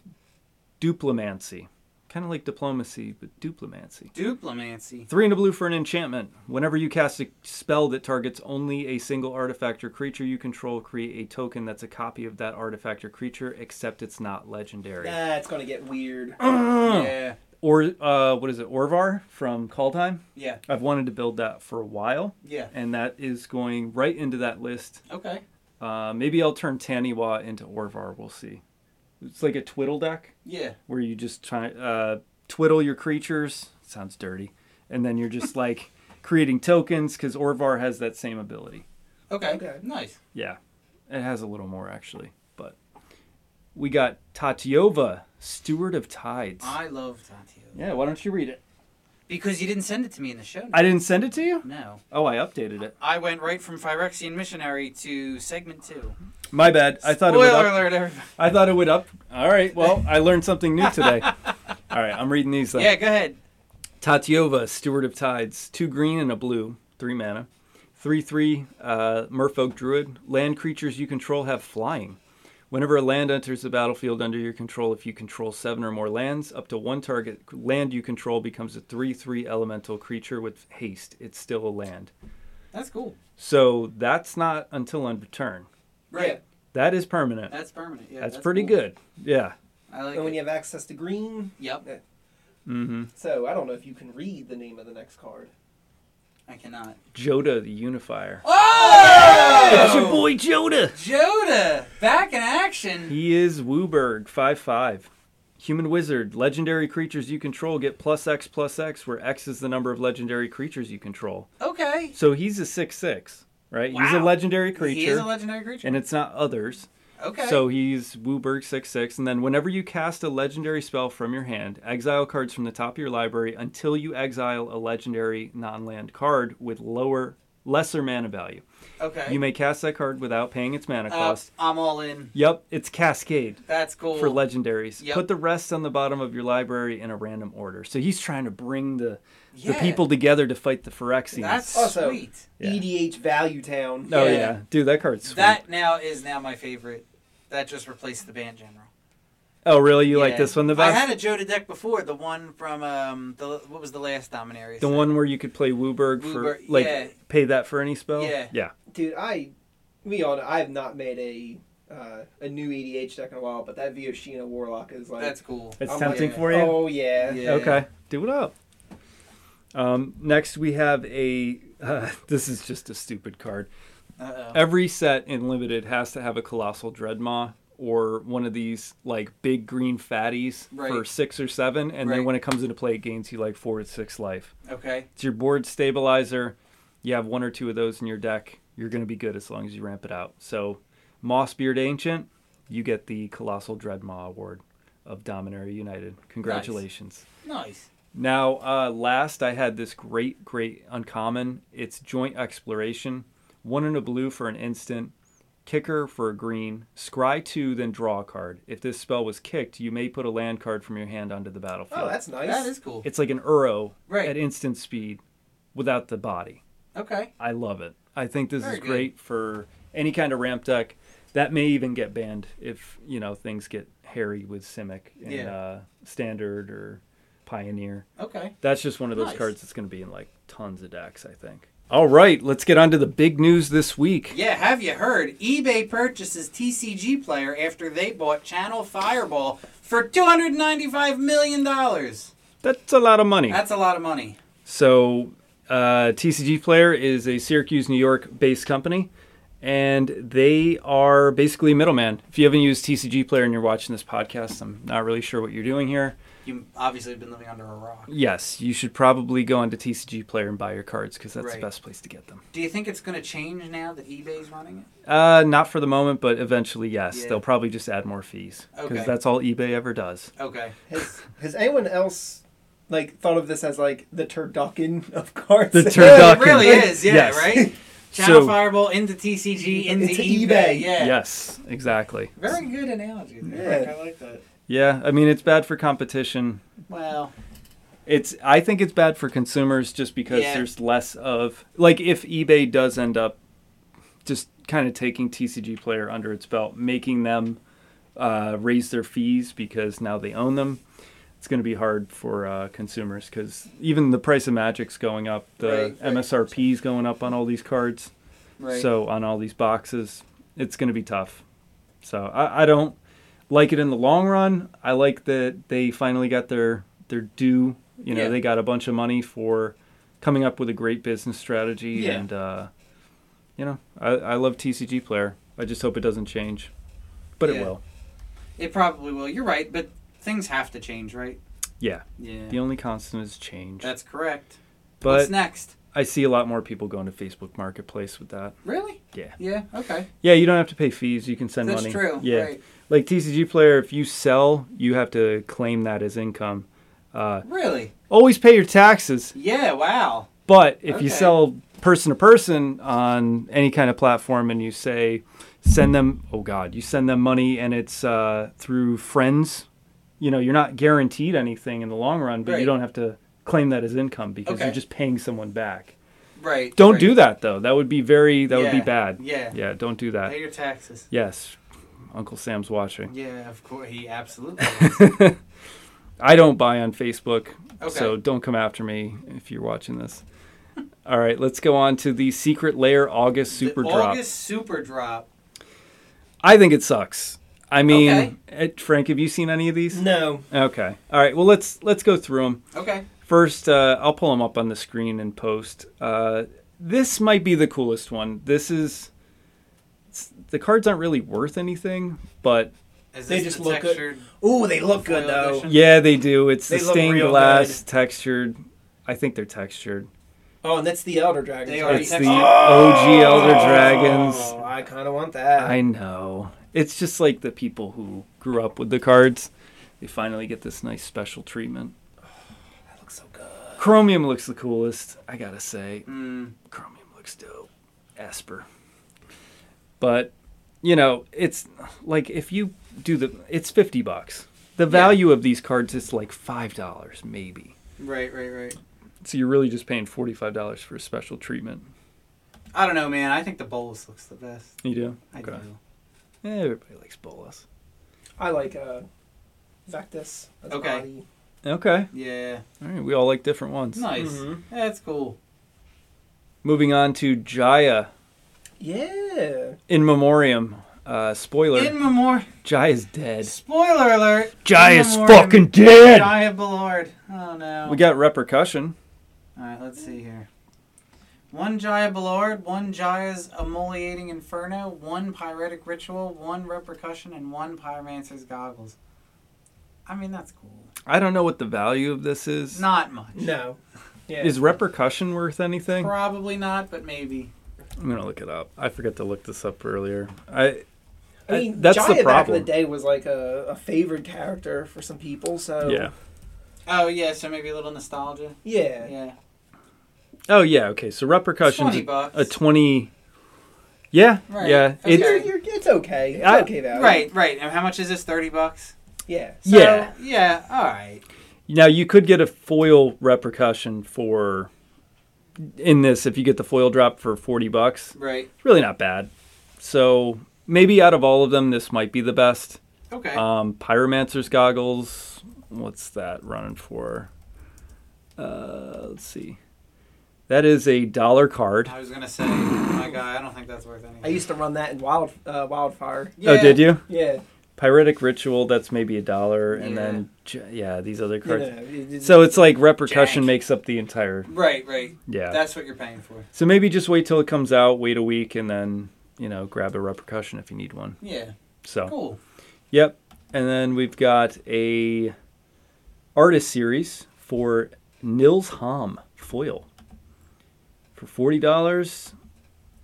S2: Diplomancy. Kind of like diplomacy, but diplomancy.
S1: Duplomancy.
S2: Three and a blue for an enchantment. Whenever you cast a spell that targets only a single artifact or creature you control, create a token that's a copy of that artifact or creature, except it's not legendary.
S3: That's Ah, gonna get weird.
S2: Hmm.
S1: Yeah,
S2: <clears throat> Or uh, what is it, Orvar from Kaldheim?
S1: yeah,
S2: I've wanted to build that for a while,
S1: yeah.
S2: and that is going right into that list.
S1: Okay.
S2: Uh, maybe I'll turn Taniwa into Orvar. We'll see. It's like a twiddle deck
S1: Yeah.
S2: where you just try uh, twiddle your creatures. Sounds dirty, and then you're <laughs> just like creating tokens because Orvar has that same ability.
S1: Okay.
S3: Okay.
S1: Nice.
S2: Yeah, it has a little more actually, but we got Tatyova, Steward of Tides.
S1: I love Tatio.
S2: yeah, why don't you read it?
S1: Because you didn't send it to me in the show. notes.
S2: I didn't send it to you.
S1: no.
S2: Oh, I updated it.
S1: I went right from Phyrexian Missionary to segment two.
S2: My bad. I thought
S1: Spoiler
S2: it would. Up-
S1: alert, everybody.
S2: I thought it would up. All right. Well, I learned something new <laughs> today. All right, I'm reading these. Then.
S1: Yeah, go ahead.
S2: Tatyova, Steward of Tides, two green and a blue, three mana. 3 3 uh, Merfolk Druid. Land creatures you control have flying. Whenever a land enters the battlefield under your control, if you control seven or more lands, up to one target land you control becomes a 3 3 elemental creature with haste. It's still a land.
S1: That's cool.
S2: So that's not until end of turn.
S1: Right.
S2: That is permanent.
S1: That's
S2: That's,
S1: permanent. Yeah.
S2: pretty
S1: cool.
S2: good. Yeah.
S1: I like
S3: And when
S1: it.
S3: you have access to green,
S1: Yep.
S2: Mm-hmm.
S3: so I don't know if you can read the name of the next card.
S1: I cannot.
S2: Joda the Unifier.
S1: Oh!
S2: That's your boy Joda!
S1: Joda back in action.
S2: He is Wooberg, 5 5. Human Wizard. Legendary creatures you control get plus X plus X, where X is the number of legendary creatures you control.
S1: Okay.
S2: So he's a 6 6, right? He's a
S1: Wow.
S2: legendary creature,
S1: He is a legendary creature.
S2: and it's not others.
S1: okay.
S2: So he's Wooberg 6 6. And then whenever you cast a legendary spell from your hand, exile cards from the top of your library until you exile a legendary non land card with lower, lesser mana value.
S1: okay.
S2: You may cast that card without paying its mana
S1: Uh,
S2: cost.
S1: I'm all in.
S2: Yep, it's Cascade
S1: That's cool.
S2: for legendaries.
S1: Yep.
S2: Put the rest on the bottom of your library in a random order. So he's trying to bring the the
S1: Yeah.
S2: people together to fight the Phyrexians.
S1: That's
S3: Also-
S1: sweet.
S2: Yeah.
S3: EDH E Value Town.
S2: oh yeah.
S1: yeah.
S2: dude, that card's sweet.
S1: That now is now my favorite. That just replaced the band general.
S2: oh really? You like
S1: Yeah.
S2: this one the
S1: I
S2: best?
S1: had a Joda deck before, the one from um the what was the last Dominaria?
S2: the
S1: set?
S2: one where you could play Wooberg for
S1: Wooburg,
S2: like
S1: yeah.
S2: pay that for any spell.
S1: Yeah.
S2: yeah.
S3: Dude, I, to be honest, I have not made a uh, a new EDH deck in a while, but that Vioshino Warlock is like
S1: That's cool.
S2: It's
S3: I'm
S2: tempting
S3: like,
S2: for you.
S3: Oh yeah.
S1: Yeah.
S2: Okay, do it up. Um, next we have a. <laughs> Uh, this is just a stupid card.
S1: Uh-oh.
S2: Every set in limited has to have a colossal dreadmaw or one of these like big green fatties
S1: Right.
S2: for six or seven, and
S1: Right.
S2: then when it comes into play, it gains you like four to six life.
S1: Okay.
S2: It's your board stabilizer. You have one or two of those in your deck. You're going to be good as long as you ramp it out. So, Mossbeard Ancient, you get the Colossal Dreadmaw Award of Dominaria United. Congratulations.
S1: Nice.
S2: Now, uh, last I had this great, great uncommon. It's Joint Exploration. One in a blue for an instant. Kicker for a green. Scry two, then draw a card. If this spell was kicked, you may put a land card from your hand onto the battlefield.
S3: Oh, that's nice.
S1: That is cool.
S2: it's like an Uro
S1: Right.
S2: at instant speed without the body.
S1: Okay.
S2: I love it. I think this
S1: Very
S2: is
S1: good.
S2: great for any kind of ramp deck. That may even get banned if you know things get hairy with Simic and
S1: Yeah.
S2: uh, Standard or Pioneer.
S1: Okay.
S2: That's just one of those
S1: Nice.
S2: cards that's going to be in like tons of decks. I think. All right, let's get on to the big news this week.
S1: Yeah, have you heard? eBay purchases TCG player after they bought Channel Fireball for $295 million.
S2: That's a lot of money.
S1: That's a lot of money.
S2: So, uh, TCG Player is a Syracuse, New York based company, and they are basically a middleman. If you haven't used TCG Player and you're watching this podcast, I'm not really sure what you're doing here.
S1: You obviously have been living under a rock.
S2: Yes, you should probably go onto TCG Player and buy your cards because that's
S1: Right.
S2: the best place to get them.
S1: Do you think it's going to change now that eBay's running it?
S2: Uh, not for the moment, but eventually, yes.
S1: Yeah.
S2: They'll probably just add more fees because
S1: Okay.
S2: that's all eBay ever does.
S1: Okay.
S3: Has, has anyone else like thought of this as like the turducken of <laughs> cards?
S2: The
S1: Yeah,
S2: turducken.
S1: it really is, yeah,
S2: Yes. <laughs>
S1: right? Channel
S2: So-
S1: Fireball into TCG, into,
S3: Into
S1: eBay.
S3: eBay.
S1: Yeah.
S2: Yes, exactly.
S1: Very good analogy there.
S3: Yeah.
S1: Rick. I like that.
S2: Yeah, I mean, it's bad for competition.
S1: Well,
S2: It's I think it's bad for consumers just because
S1: Yeah.
S2: there's less of like if eBay does end up just kind of taking TCG player under its belt, making them uh, raise their fees because now they own them. It's going to be hard for uh, consumers because even the price of Magic's going up, the
S3: Right, right.
S2: MSRP's going up on all these cards.
S1: right.
S2: So on all these boxes, it's going to be tough. So I, I don't like it in the long run. I like that they finally got their their due. You know,
S1: Yeah.
S2: they got a bunch of money for coming up with a great business strategy,
S1: Yeah.
S2: and uh, you know, I, I love TCG Player. I just hope it doesn't change, but
S1: Yeah.
S2: it will.
S1: it probably will. You're right, but things have to change, right?
S2: Yeah,
S1: Yeah.
S2: the only constant is change.
S1: That's correct. What's
S2: but
S1: next?
S2: I see a lot more people going to Facebook Marketplace with that.
S1: Really?
S2: Yeah.
S1: Yeah. Okay.
S2: Yeah, you don't have to pay fees. You can send
S1: That's
S2: money.
S1: true.
S2: Yeah.
S1: Right.
S2: like TCG player, if you sell, you have to claim that as income. Uh,
S1: Really?
S2: always pay your taxes,
S1: Yeah. Wow.
S2: but if
S1: Okay.
S2: you sell person to person on any kind of platform and you say send them, oh god, you send them money and it's uh, through friends, you know, you're not guaranteed anything in the long run, but
S1: Right.
S2: you don't have to claim that as income because
S1: Okay.
S2: you're just paying someone back.
S1: Right.
S2: Don't
S1: right.
S2: do that though. That would be very that would be
S1: Yeah,
S2: bad.
S1: yeah.
S2: Yeah, don't do that.
S1: Pay your taxes.
S2: Yes. Uncle Sam's watching.
S1: Yeah. Of course. He
S2: <laughs>
S1: absolutely. will.
S2: I don't buy on Facebook,
S1: Okay.
S2: so don't come after me if you're watching this. All right, let's go on to the Secret Layer August
S1: The
S2: Super Drop.
S1: August super drop.
S2: I think it sucks. I mean,
S1: Okay.
S2: Ed- Frank, have you seen any of these?
S3: no.
S2: Okay. All right. Well, let's let's go through them.
S1: Okay.
S2: First, uh, I'll pull them up on the screen and post. Uh, this might be the coolest one. This is it's- the cards aren't really worth anything, but
S1: Is
S3: They
S1: this
S3: just
S1: the
S3: look good.
S1: textured?
S3: Ooh, they look
S1: Foil
S3: good though.
S1: edition.
S2: yeah, they do. It's
S3: They
S2: the
S3: look
S2: stained
S3: real
S2: glass, textured. I think they're textured.
S3: Oh, and that's the Elder Dragon.
S1: They
S3: right?
S1: already
S2: It's
S1: have-
S2: the OG Elder
S3: Oh,
S2: Dragons.
S3: I kind of want that.
S2: I know. It's just like the people who grew up with the cards. They finally get this nice special treatment.
S3: that looks so good.
S2: Chromium looks the coolest, I gotta say.
S1: Mm,
S2: Chromium looks dope. Esper. But, you know, it's like if you do the. It's 50 bucks. The value of these cards is like $5, maybe.
S1: right. Right. Right.
S2: So you're really just paying $45 for a special treatment.
S1: I don't know, man. I think the bolus looks the best.
S2: You do?
S1: I do.
S2: Eh, Everybody likes Bolas.
S3: I like uh, Vectis. as a
S1: Okay.
S3: body.
S2: Okay.
S1: Yeah.
S2: All right. We all like different ones.
S1: Nice.
S3: Mhm.
S1: That's cool.
S2: Moving on to Jaya
S3: Yeah.
S2: in memoriam. Uh, spoiler:
S1: In memoriam.
S2: Jaya's dead.
S1: Spoiler alert. In
S2: Jaya's
S1: memoriam.
S2: fucking dead.
S1: Jaya Ballard. Oh no.
S2: We got repercussion.
S1: All right, let's see here. One Jaya Ballard, one Jaya's Emoliating Inferno, one Pyretic Ritual, one Repercussion, and one Pyromancer's Goggles. I mean, that's cool.
S2: I don't know what the value of this is.
S1: Not much.
S3: No. Yeah.
S2: Is repercussion worth anything?
S1: Probably not, but maybe.
S2: I'm gonna look it up. I forgot to look this up earlier. I
S3: I mean,
S2: I- that's
S3: Jaya
S2: the
S3: back in the
S2: problem.
S3: day was like a, a favored character for some people. So
S2: yeah.
S1: Oh, yeah, so maybe a little nostalgia.
S3: yeah.
S1: Yeah.
S2: Oh yeah. Okay.
S1: It's
S2: So repercussions
S1: 20 bucks.
S2: a twenty Yeah,
S1: Right.
S2: yeah.
S1: Okay.
S2: It,
S3: You're, you're, it's okay. It's
S2: I-
S3: okay value.
S1: Right, right. And how much is this? Thirty bucks.
S3: Yeah.
S1: So,
S2: Yeah.
S1: Yeah. All right.
S2: Now you could get a foil repercussion for in this if you get the foil drop for 40 bucks.
S1: Right.
S2: It's really not bad. So maybe out of all of them this might be the best.
S1: Okay.
S2: Um Pyromancer's goggles, what's that running for? Uh let's see. That is a dollar card.
S1: I was gonna say, my guy. I don't think that's worth anything.
S3: I used to run that in wild uh, wildfire.
S2: Oh, did you?
S3: Yeah.
S2: Pyritic ritual, that's maybe a dollar and
S1: Yeah.
S2: then j- yeah, these other
S3: No,
S2: cards.
S3: no, no. It- it-
S2: So it's like repercussion
S1: Jank.
S2: makes up the entire
S1: Right, right.
S2: yeah.
S1: That's what you're paying for.
S2: So maybe just wait till it comes out, wait a week, and then you know grab a repercussion if you need one.
S1: Yeah.
S2: So
S1: Cool.
S2: yep. And then we've got a artist series for Nils Hom foil for forty dollars.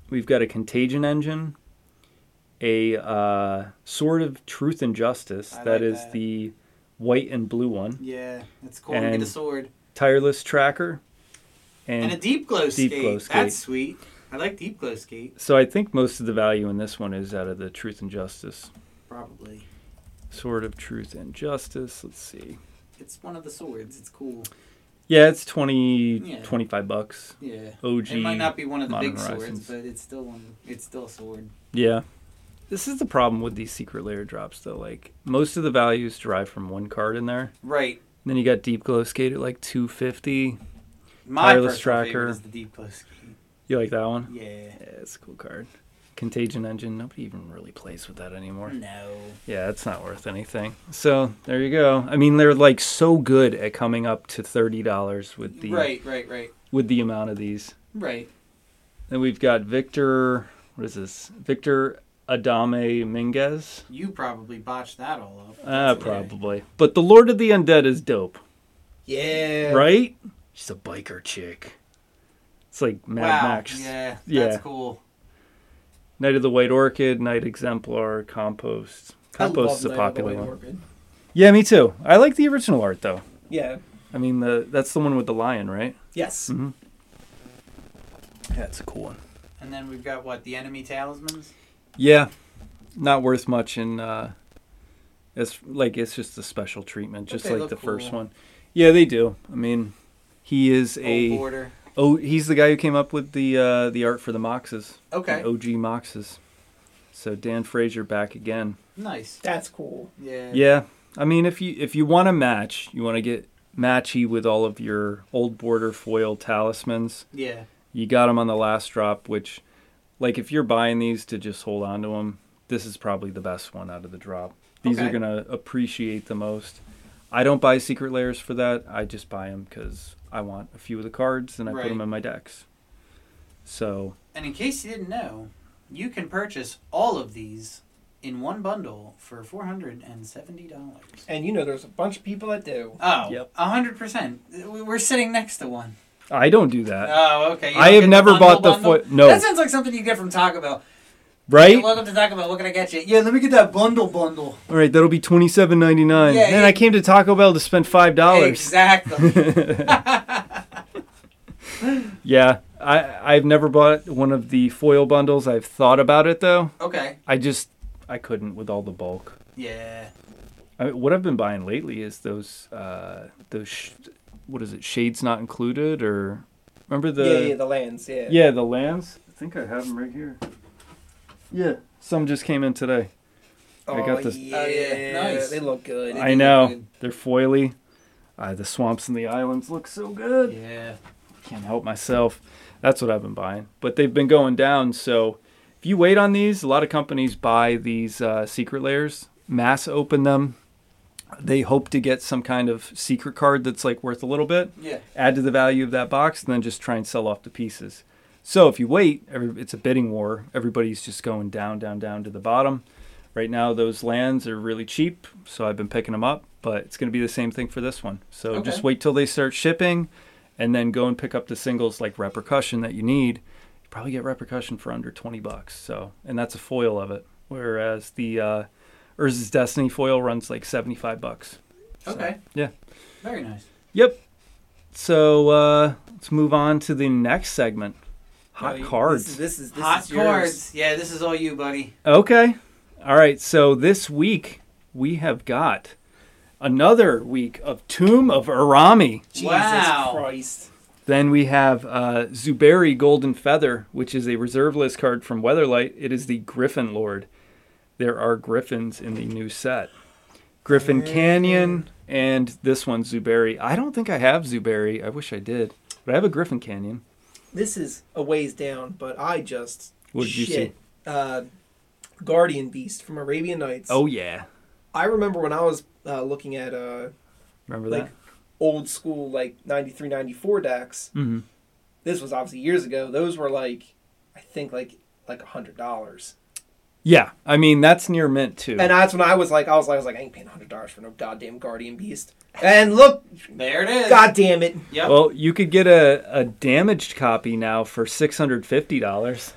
S2: We've got a contagion engine, a uh, sword of truth and justice.
S1: I
S2: that
S1: like
S2: is
S1: that.
S2: the white and blue one.
S1: Yeah, it's cool. to get a
S2: And-
S1: sword
S2: Tireless tracker,
S1: and,
S2: and
S1: a deep glow skate.
S2: deep glow skate.
S1: That's sweet. I like deep glow skate.
S2: so I think most of the value in this one is out of the truth and justice.
S1: Probably.
S2: Sword of Truth and Justice. Let's see.
S1: It's one of the swords. It's cool.
S2: Yeah, it's 20,
S1: Yeah.
S2: 25 bucks.
S1: Yeah.
S2: OG.
S1: It might not be one of the
S2: Modern
S1: big swords,
S2: Horizons.
S1: but it's still one. It's still a sword.
S2: Yeah. This is the problem with these secret layer drops, though. Like, most of the values derive from one card in there.
S1: Right.
S2: And then you got Deep Glow Skate at like 250
S1: My
S2: Tireless
S1: personal favorite
S2: Tracker.
S1: is the deep glow skate.
S2: You like that one?
S1: Yeah.
S2: Yeah, it's a cool card. Contagion Engine. Nobody even really plays with that anymore.
S1: No.
S2: Yeah, it's not worth anything. So, there you go. I mean, they're like so good at coming up to $30 with the,
S1: Right, right, right,
S2: with the amount of these.
S1: right.
S2: Then we've got Victor. What is this? Victor Adame Minguez.
S1: You probably botched that all up.
S2: Ah,
S1: That's okay.
S2: probably. But the Lord of the Undead is dope,
S3: yeah.
S2: right? She's a biker chick. It's like Mad
S1: wow.
S2: Max.
S1: Yeah.
S2: Yeah.
S1: That's cool.
S2: Knight of the White Orchid, Knight Exemplar, Compost.
S3: I love
S2: Compost is a
S3: Night of the
S2: popular
S3: White
S2: one.
S3: Orchid.
S2: Yeah, me too. I like the original art though.
S3: Yeah.
S2: I mean, the that's the one with the lion, right?
S3: Yes.
S2: Mm-hmm. Yeah, it's a cool one.
S1: And then we've got what the enemy talismans.
S2: Yeah, not worth much in. Uh, it's like it's just a special treatment, just
S1: they
S2: like
S1: look
S2: the first
S1: cool.
S2: one. Yeah, they do. I mean, he is
S1: Old
S2: a
S1: border.
S2: oh, he's the guy who came up with the uh, the art for the Moxes,
S1: Okay.
S2: the OG Moxes. So Dan Fraser back again.
S1: Nice.
S3: That's cool.
S1: Yeah.
S2: Yeah, I mean, if you if you want to match, you want to get matchy with all of your old border foil talismans.
S1: Yeah.
S2: You got them on the last drop, which, like, if you're buying these to just hold on to them, this is probably the best one out of the drop. These are
S1: Okay.
S2: going to appreciate the most. I don't buy secret layers for that. I just buy them because I want a few of the cards and I put 'em put
S1: Right.
S2: them in my decks. So,
S1: And in case you didn't know, you can purchase all of these in one bundle for four hundred and seventy dollars.
S3: And you know, there's a bunch of people that do.
S1: Oh,
S2: Yep.
S1: a hundred percent. We're sitting next to one.
S2: I don't do that.
S1: Oh, okay. You
S2: I
S1: don't
S2: have
S1: get
S2: never
S1: bundle,
S2: bought the
S1: bundle?
S2: foil. No,
S1: That sounds like something you get from Taco Bell. Hey,
S2: right?
S1: welcome to Taco Bell. What can I get you? Yeah, let me get that bundle bundle.
S2: All right, that'll be twenty seven ninety nine.
S1: Yeah,
S2: And
S1: yeah.
S2: I came to Taco Bell to spend five dollars. <laughs>
S1: Exactly.
S2: yeah, I I've never bought one of the foil bundles. I've thought about it though.
S1: okay.
S2: I just I couldn't with all the bulk.
S1: Yeah.
S2: I mean, what I've been buying lately is those uh those sh- what is it? Shades not included or remember the
S3: yeah, yeah, the lands. Yeah.
S2: Yeah, the lands. I think I have them right here. Yeah, some just came in today. I got
S3: Oh,
S2: this-
S3: Yeah.
S1: Oh, yeah. Nice.
S3: They look good.
S1: They
S2: I
S1: do
S2: know
S1: look good.
S2: they're foily. Uh, the swamps and the islands look so good.
S1: Yeah.
S2: Can't help myself. That's what I've been buying, but they've been going down. So if you wait on these, a lot of companies buy these uh, secret layers, mass open them. They hope to get some kind of secret card that's like worth a little bit,
S1: Yeah.
S2: add to the value of that box, and then just try and sell off the pieces. So if you wait, every, it's a bidding war. Everybody's just going down, down, down to the bottom. Right now, those lands are really cheap, so I've been picking them up. But it's going to be the same thing for this one. So
S1: Okay.
S2: just wait till they start shipping, and then go and pick up the singles like repercussion that you need. You probably get repercussion for under twenty bucks. So and that's a foil of it. Whereas the uh, Urza's Destiny foil runs like seventy five bucks.
S1: Okay.
S2: yeah.
S1: Very nice.
S2: Yep. So uh, let's move on to the next segment Hot
S3: No, you-
S2: cards.
S3: This is this is, this
S1: Hot
S3: is yours.
S1: cards. Yeah, this is all you, buddy.
S2: Okay. All right. So this week we have got another week of Tomb of Arami.
S3: Jesus
S1: Wow.
S3: Christ.
S2: Then we have uh, Zuberi Golden Feather, which is a reserve list card from Weatherlight. It is the Griffin Lord. There are griffins in the new set. Griffin Canyon and this one, Zuberi. I don't think I have Zuberi. I wish I did. But I have a Griffin Canyon.
S3: This is a ways down, but I just
S2: What did you
S3: shit. Uh, Guardian Beast from Arabian Nights.
S2: Oh, yeah.
S3: I remember when I was uh, looking at uh,
S2: Remember
S3: like old school like 93, 94 decks.
S2: that? Mm-hmm.
S3: This was obviously years ago. Those were like, I think like like a hundred dollars.
S2: Yeah. I mean, that's near mint, too.
S3: And that's when I was like, I was like, I was like, I ain't paying hundred dollars for no goddamn Guardian Beast. And look,
S1: There it is.
S3: god damn it,
S1: Yep.
S2: Well, you could get a, a damaged copy now for $650.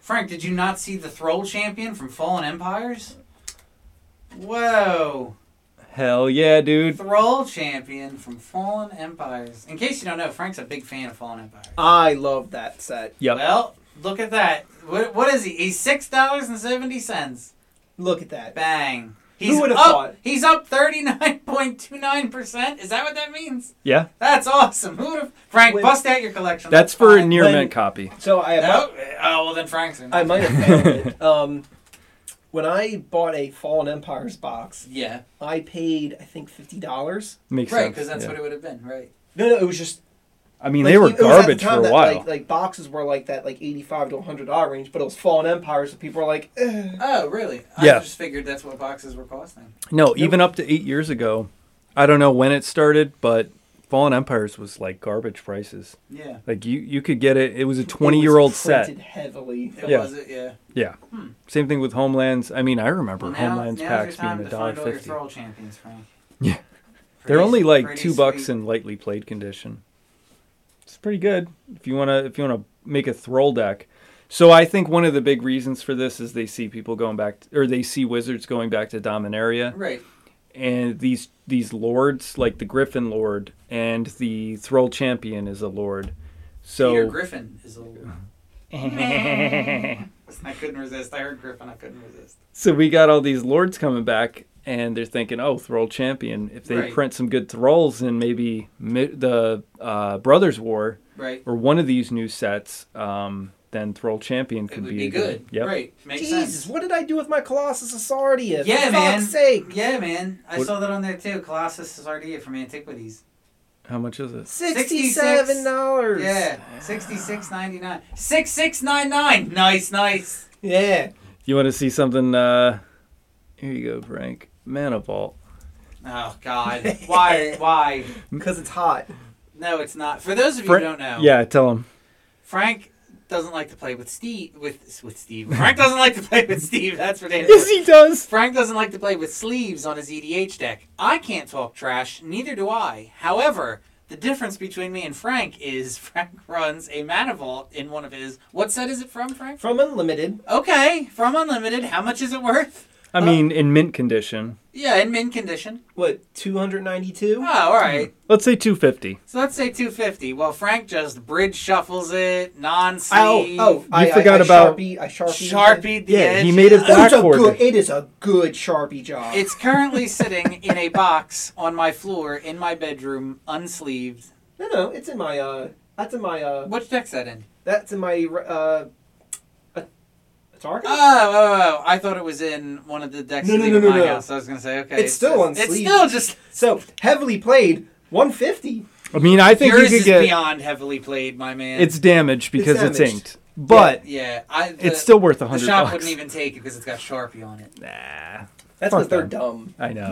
S1: Frank, did you not see the Thrall Champion from Fallen Empires? Whoa.
S2: Hell yeah, dude.
S1: Thrall Champion from Fallen Empires. In case you don't know, Frank's a big fan of Fallen Empires.
S3: I love that set.
S2: Yep.
S1: Well, look at that. What, what is he? He's six dollars and seventy cents.
S3: Look at that.
S1: Bang. He's
S3: would've
S1: up.
S3: thought?
S1: He's up thirty nine point two nine percent. Is that what that means?
S2: Yeah.
S1: That's awesome. Who would have? Frank,
S3: When-
S1: bust out your collection.
S2: That's for a
S1: fine.
S2: near
S3: When-
S2: mint copy.
S3: So I have
S1: No? Oh well, then Frank's. in.
S3: I might have found it. Um, when I bought a Fallen Empires box,
S1: yeah.
S3: I paid I think fifty dollars.
S2: Makes
S1: Right,
S2: sense.
S1: because that's
S2: yeah.
S1: what it would have been. Right.
S3: No, no, it was just
S2: I mean,
S3: like,
S2: they were
S3: it was at the
S2: garbage
S3: time
S2: for a
S3: that,
S2: while.
S3: Like, like boxes were like that, like eighty-five to hundred dollar range, but it was Fallen Empires, so people were like, eh.
S1: Oh really? I
S2: Yeah.
S1: just figured that's what boxes were costing.
S2: no, even up to eight years ago, I don't know when it started, but Fallen Empires was like garbage prices.
S1: Yeah.
S2: Like you, you could get it. It was a twenty-year-old set.
S3: Printed heavily.
S1: It
S2: Yeah.
S1: was it. Yeah.
S2: Yeah. Same thing with Homelands. I mean, I remember
S1: Well, now,
S2: Homelands
S1: now's
S2: packs
S1: your time
S2: being a
S1: to
S2: dollar
S1: find all your
S2: fifty.
S1: Thrall champions, Frank.
S2: Yeah. They're
S1: Pretty-
S2: only like
S1: pretty
S2: two bucks
S1: sweet.
S2: in lightly played condition. It's pretty good if you wanna if you wanna make a thrall deck. So I think one of the big reasons for this is they see people going back or they see wizards going back to Dominaria.
S1: Right.
S2: and these these lords like the griffin lord and the thrall champion is a lord
S1: Peter
S2: so
S1: Griffin is a. I couldn't resist. I heard Griffin. I couldn't resist.
S2: <laughs> so we got all these lords coming back and they're thinking oh thrall champion if they
S1: Right.
S2: print some good thralls in maybe mi- the uh, brothers war
S1: Right.
S2: or one of these new sets um, then thrall champion
S1: It
S2: could
S1: would
S2: be,
S1: be
S2: a
S1: good.
S2: yep.
S1: Right. Makes
S3: Jesus,
S1: sense.
S3: what did I do with my Colossus of Sardia?
S1: Yeah,
S3: For
S1: man.
S3: fuck's sake.
S1: Yeah, man. I
S2: What-
S1: saw that on there too. Colossus Sardia from Antiquities.
S2: how much is it
S3: Sixty-seven dollars.
S1: Yeah. Sixty six ninety nine. Six six nine nine. Nice, nice.
S3: Yeah.
S2: you want to see something uh, here you go frank manavolt
S1: Oh God. Why? Why?
S3: Because it's hot.
S1: No, it's not. For those of you
S2: Fra-
S1: who don't know.
S2: yeah tell him
S1: Frank doesn't like to play with Steve with with
S3: <laughs>
S1: Steve. Frank doesn't like to play with Steve. That's for damn sure.
S2: yes he does
S1: Frank doesn't like to play with sleeves on his EDH deck. I can't talk trash, neither do I. However, the difference between me and Frank is <laughs> Frank runs a mana vault in one of his. What set is it from, Frank?
S3: From Unlimited.
S1: Okay, from Unlimited. How much is it worth?
S2: I
S3: Uh,
S2: mean, in mint condition,
S1: Yeah, in mint condition.
S3: What, two hundred ninety-two?
S1: Oh, all right.
S2: let's say 250.
S1: So let's say 250. Well, Frank just bridge shuffles it, non
S3: Oh,
S1: sleeve.
S3: oh, I, I-
S2: forgot
S3: I
S2: about-
S3: Sharpie. I Sharpie.
S1: Sharpie the
S2: Yeah,
S1: edge.
S2: he made it
S1: Uh,
S2: black
S3: It's a
S2: border.
S3: good. It is a good Sharpie job.
S1: It's currently sitting in a box on my floor in my bedroom, unsleeved.
S3: no, no. It's in my. uh That's in my. uh
S1: Which deck's that in?
S3: That's in my. uh uh, Target.
S1: Oh, oh, oh, I thought it was in one of the decks
S3: No,
S1: no,
S3: no,
S1: no,
S3: no, no,
S1: my
S3: no.
S1: house. I was gonna say okay.
S3: It's still
S1: just, It's
S3: unsleeved.
S1: still just
S3: so heavily played. One fifty.
S2: I mean, I think
S1: yours
S2: you
S1: is
S2: could get
S1: beyond heavily played, my man.
S2: it's damaged because it's,
S3: damaged.
S2: inked, but
S1: yeah. I the,
S2: it's still worth a
S1: the
S2: hundred
S1: shop
S2: bucks.
S1: wouldn't even take it because it's got Sharpie on it.
S2: nah, Fuck
S3: That's because they're
S2: them.
S3: dumb.
S2: I know.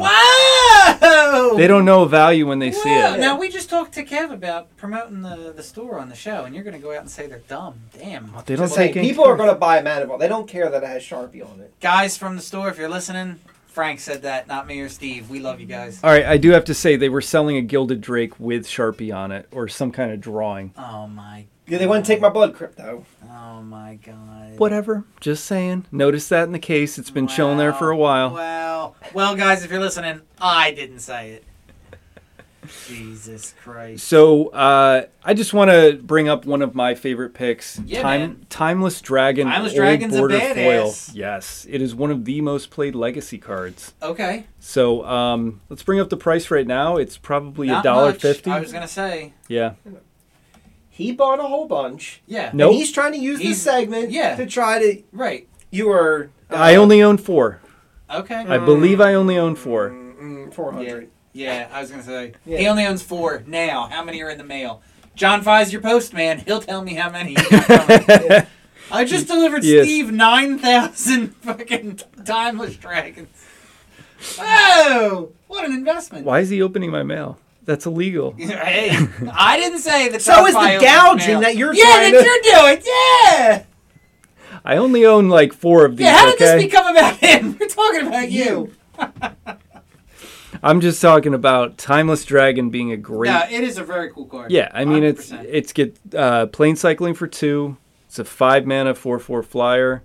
S1: Wow!
S2: They don't know value when they see
S1: Wow.
S2: it.
S1: Now we just talked to Kev about promoting the, the store on the show, and you're gonna go out and say they're dumb. Damn.
S2: They don't
S3: Just saying,
S2: take inked
S3: people are
S2: cards.
S3: going to buy a Manival. They don't care that it has Sharpie on it.
S1: Guys from the store, if you're listening, Frank said that, not me or Steve. We love you guys.
S2: All right, I do have to say they were selling a gilded drake with Sharpie on it or some kind of drawing.
S1: Oh my.
S3: Yeah, they want to take my blood crypto.
S1: Oh my god.
S2: Whatever. Just saying. Notice that in the case. It's been chilling there for a
S1: Wow,
S2: while.
S1: Wow. Well, guys, if you're listening, I didn't say it.
S5: Jesus Christ.
S2: So uh, I just want to bring up one of my favorite picks,
S1: Yeah, man.
S2: Timeless Dragon.
S1: Timeless
S2: Old
S1: Dragon's a
S2: Border Foil.
S1: badass.
S2: Yes, it is one of the most played legacy cards.
S1: Okay.
S2: So um, let's bring up the price right now. It's probably a
S1: Not
S2: dollar
S1: much.
S2: fifty.
S1: I was gonna say.
S2: Yeah,
S3: He bought a whole bunch.
S1: Yeah.
S2: Nope.
S3: And he's trying to use
S1: He's-
S3: this segment
S1: yeah.
S3: to try to.
S1: Right.
S3: You are. uh,
S2: I only own four.
S1: Okay.
S2: I believe I only own four. <laughs>
S3: mm, 400.
S1: yeah, I was gonna say
S3: Yeah.
S1: he only owns four now. How many are in the mail? John Fye's your postman. He'll tell me how many. I just delivered
S2: Yes.
S1: Steve nine thousand <laughs> fucking timeless dragons. Oh, what an investment!
S2: Why is he opening my mail? That's illegal.
S1: Hey, I didn't say that.
S3: So
S1: John
S3: is the
S1: Fye opened
S3: gouging
S1: mail.
S3: that you're
S1: yeah
S3: trying
S1: that
S3: to-
S1: you're doing. Yeah,
S2: I only own like four of these.
S1: yeah. How did
S2: okay,
S1: this become about him? <laughs> We're talking about you.
S2: I'm just talking about Timeless Dragon being a great
S1: Yeah, it is a very cool card.
S2: Yeah, I mean it's
S1: 100%.
S2: it's get uh, plane cycling for two. It's a five mana four four flyer,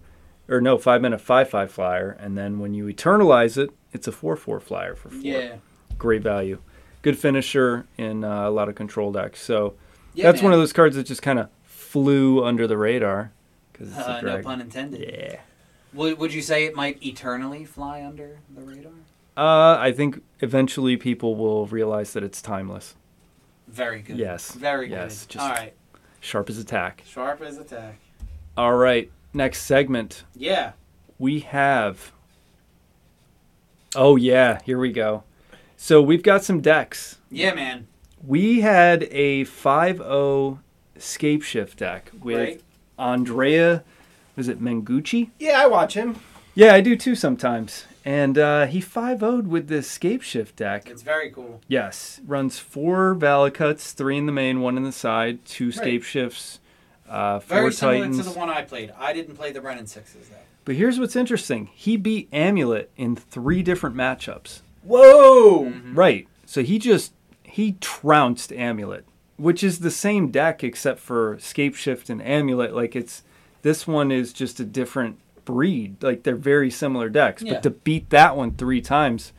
S2: or no five mana five five flyer, and then when you eternalize it, it's a four four flyer for four.
S1: yeah.
S2: Great value, good finisher in uh, a lot of control decks. So
S1: Yeah,
S2: that's
S1: man.
S2: one of those cards that just kind of flew under the radar because it's
S1: Uh, no
S2: a drag.
S1: pun intended.
S2: yeah,
S1: Would, would you say it might eternally fly under the radar?
S2: uh, I think eventually people will realize that it's timeless,
S1: Very good.
S2: Yes.
S1: Very
S2: Yes,
S1: good.
S2: just-
S1: All right.
S2: sharp as attack.
S1: Sharp as attack.
S2: All right, next segment.
S1: Yeah.
S2: we have oh yeah here we go so we've got some decks
S1: Yeah, man.
S2: we had a 5-0 scape shift deck with
S1: Right.
S2: andrea was it mengucci
S3: Yeah, I watch him.
S2: yeah i do too sometimes and uh, he 5-0'd with this scape shift deck
S1: It's very cool.
S2: yes runs four valakuts three in the main one in the side two scape shifts uh, four
S1: Very similar
S2: titans
S1: to the one I played. I didn't play the Brennan Sixes though.
S2: but here's what's interesting he beat amulet in three different matchups
S3: Whoa!
S2: Right. So he just he trounced Amulet, which is the same deck except for Scape Shift and Amulet. Like it's this one is just a different breed. Like they're very similar decks,
S1: Yeah.
S2: but to beat that one three times,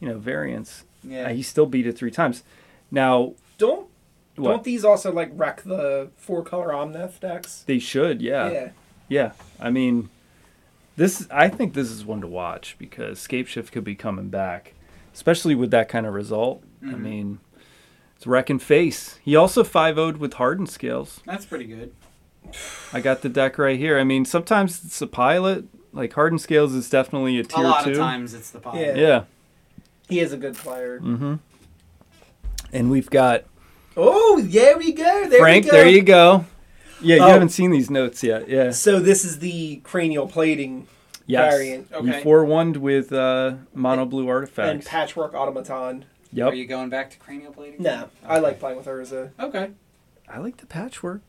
S2: you know, variance.
S1: Yeah.
S2: uh, he still beat it three times. Now
S3: Don't
S2: what?
S3: don't these also like wreck the four color Omnath decks?
S2: they should, yeah.
S3: yeah.
S2: Yeah. I mean, this I think this is one to watch because Scape Shift could be coming back, especially with that kind of result. I
S1: Mm-hmm.
S2: mean, it's wreck and face. He also 5 0'd with hardened scales.
S1: That's pretty good.
S2: I got the deck right here. I mean, sometimes it's a pilot. Like hardened scales is definitely a tier
S1: a lot
S2: two.
S1: of times it's the pop.
S3: Yeah.
S2: Yeah.
S3: He is a good player.
S2: Mm. And we've got
S3: Oh, there we go. There
S2: Frank,
S3: we go.
S2: there you go. Yeah, you
S3: Oh.
S2: haven't seen these notes yet. Yeah.
S3: So this is the cranial plating
S2: Yes.
S3: Variant.
S1: Okay.
S2: You 4 1'd with uh, mono blue artifacts.
S3: and patchwork automaton.
S2: yep.
S1: Are you going back to cranial plating?
S3: No, I like playing with Urza.
S1: Okay.
S2: I like the patchwork.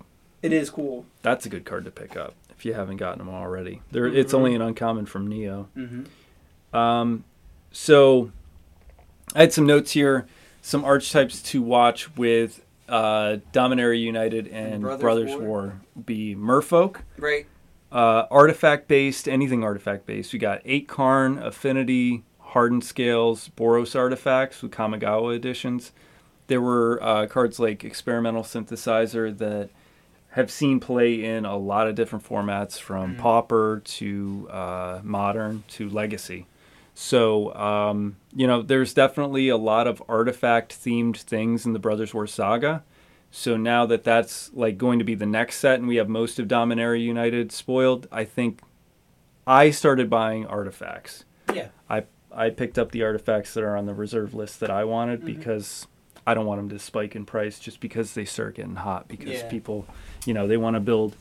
S3: It is cool.
S2: That's a good card to pick up if you haven't gotten them already. There, it's only an uncommon from Neo.
S1: Mm-hmm.
S2: Um, so I had some notes here, some archetypes to watch with uh, Dominaria United and, Brothers,
S1: Brothers
S2: War.
S1: War.
S2: Be Merfolk,
S1: Right.
S2: uh, artifact based, anything artifact based. We got eight Karn, Affinity, Hardened Scales, Boros artifacts with Kamigawa editions. There were uh, cards like Experimental Synthesizer that have seen play in a lot of different formats from Pauper to uh, Modern to Legacy. So, um, you know, there's definitely a lot of artifact themed things in the Brothers War saga. So now that that's like going to be the next set and we have most of Dominaria United spoiled, I think I started buying artifacts.
S1: Yeah.
S2: I I picked up the artifacts that are on the reserve list that I wanted
S1: Mm-hmm.
S2: because I don't want them to spike in price just because they start getting hot because
S1: Yeah.
S2: people, you know, they want to build.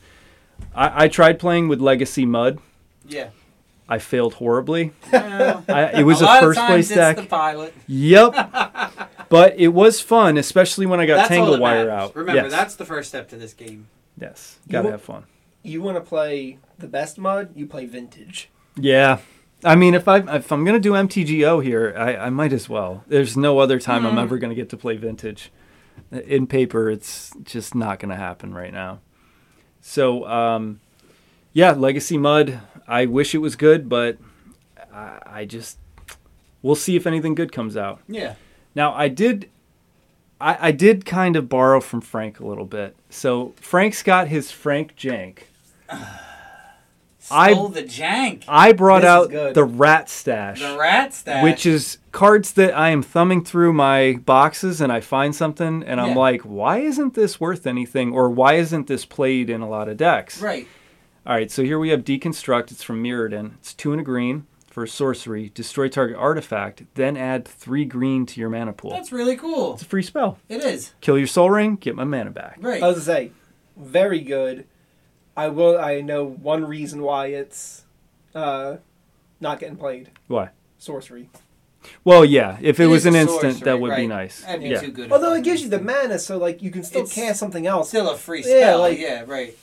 S2: I, I tried playing with Legacy Mud.
S1: Yeah.
S3: <laughs>
S2: I failed horribly.
S1: Well,
S2: I, it was a,
S1: lot of
S2: first
S1: times
S2: place
S1: it's
S2: deck.
S1: the pilot.
S2: Yep.
S1: <laughs>
S2: but it was fun, especially when I got
S1: That's all
S2: Tangle
S1: that
S2: Wire
S1: matters.
S2: out.
S1: Remember,
S2: yes.
S1: that's the first step to this game.
S2: yes.
S3: You
S2: Gotta
S3: wa-
S2: have fun.
S3: You want to play the best mod? You play vintage.
S2: Yeah. I mean, if I if I'm gonna do MTGO here, I, I might as well. There's no other time
S3: Hmm.
S2: I'm ever gonna get to play vintage. In paper, it's just not gonna happen right now. So, um, yeah, Legacy Mud. I wish it was good, but I, I just we'll see if anything good comes out.
S1: Yeah.
S2: Now, I did I, I did kind of borrow from Frank a little bit. So Frank's got his Frank Jank. I-
S1: Stole the jank.
S2: I brought
S3: This is
S2: out
S3: good.
S2: the rat stash,
S1: The rat stash.
S2: which is cards that I am thumbing through my boxes and I find something and I'm
S1: Yeah.
S2: like, why isn't this worth anything? Or why isn't this played in a lot of decks?
S1: Right.
S2: All right, so here we have Deconstruct. It's from Mirrodin. It's two and a green for sorcery. Destroy target artifact, then add three green to your mana pool.
S1: That's really cool.
S2: it's a free spell.
S1: It is.
S2: Kill your soul ring, get my mana back.
S1: Right.
S3: I was gonna say, very good. I will. I know one reason why it's uh, not getting played.
S2: Why?
S3: Sorcery.
S2: Well, yeah, if it, was
S1: is
S2: an
S1: a
S2: instant,
S1: sorcery,
S2: that would be
S1: right.
S2: nice.
S1: That'd be
S2: yeah.
S1: too good.
S3: Although it gives you the mana, so like you can still
S1: It's-
S3: cast something else.
S1: still a free
S3: Yeah,
S1: spell. Yeah,
S3: like-
S1: right.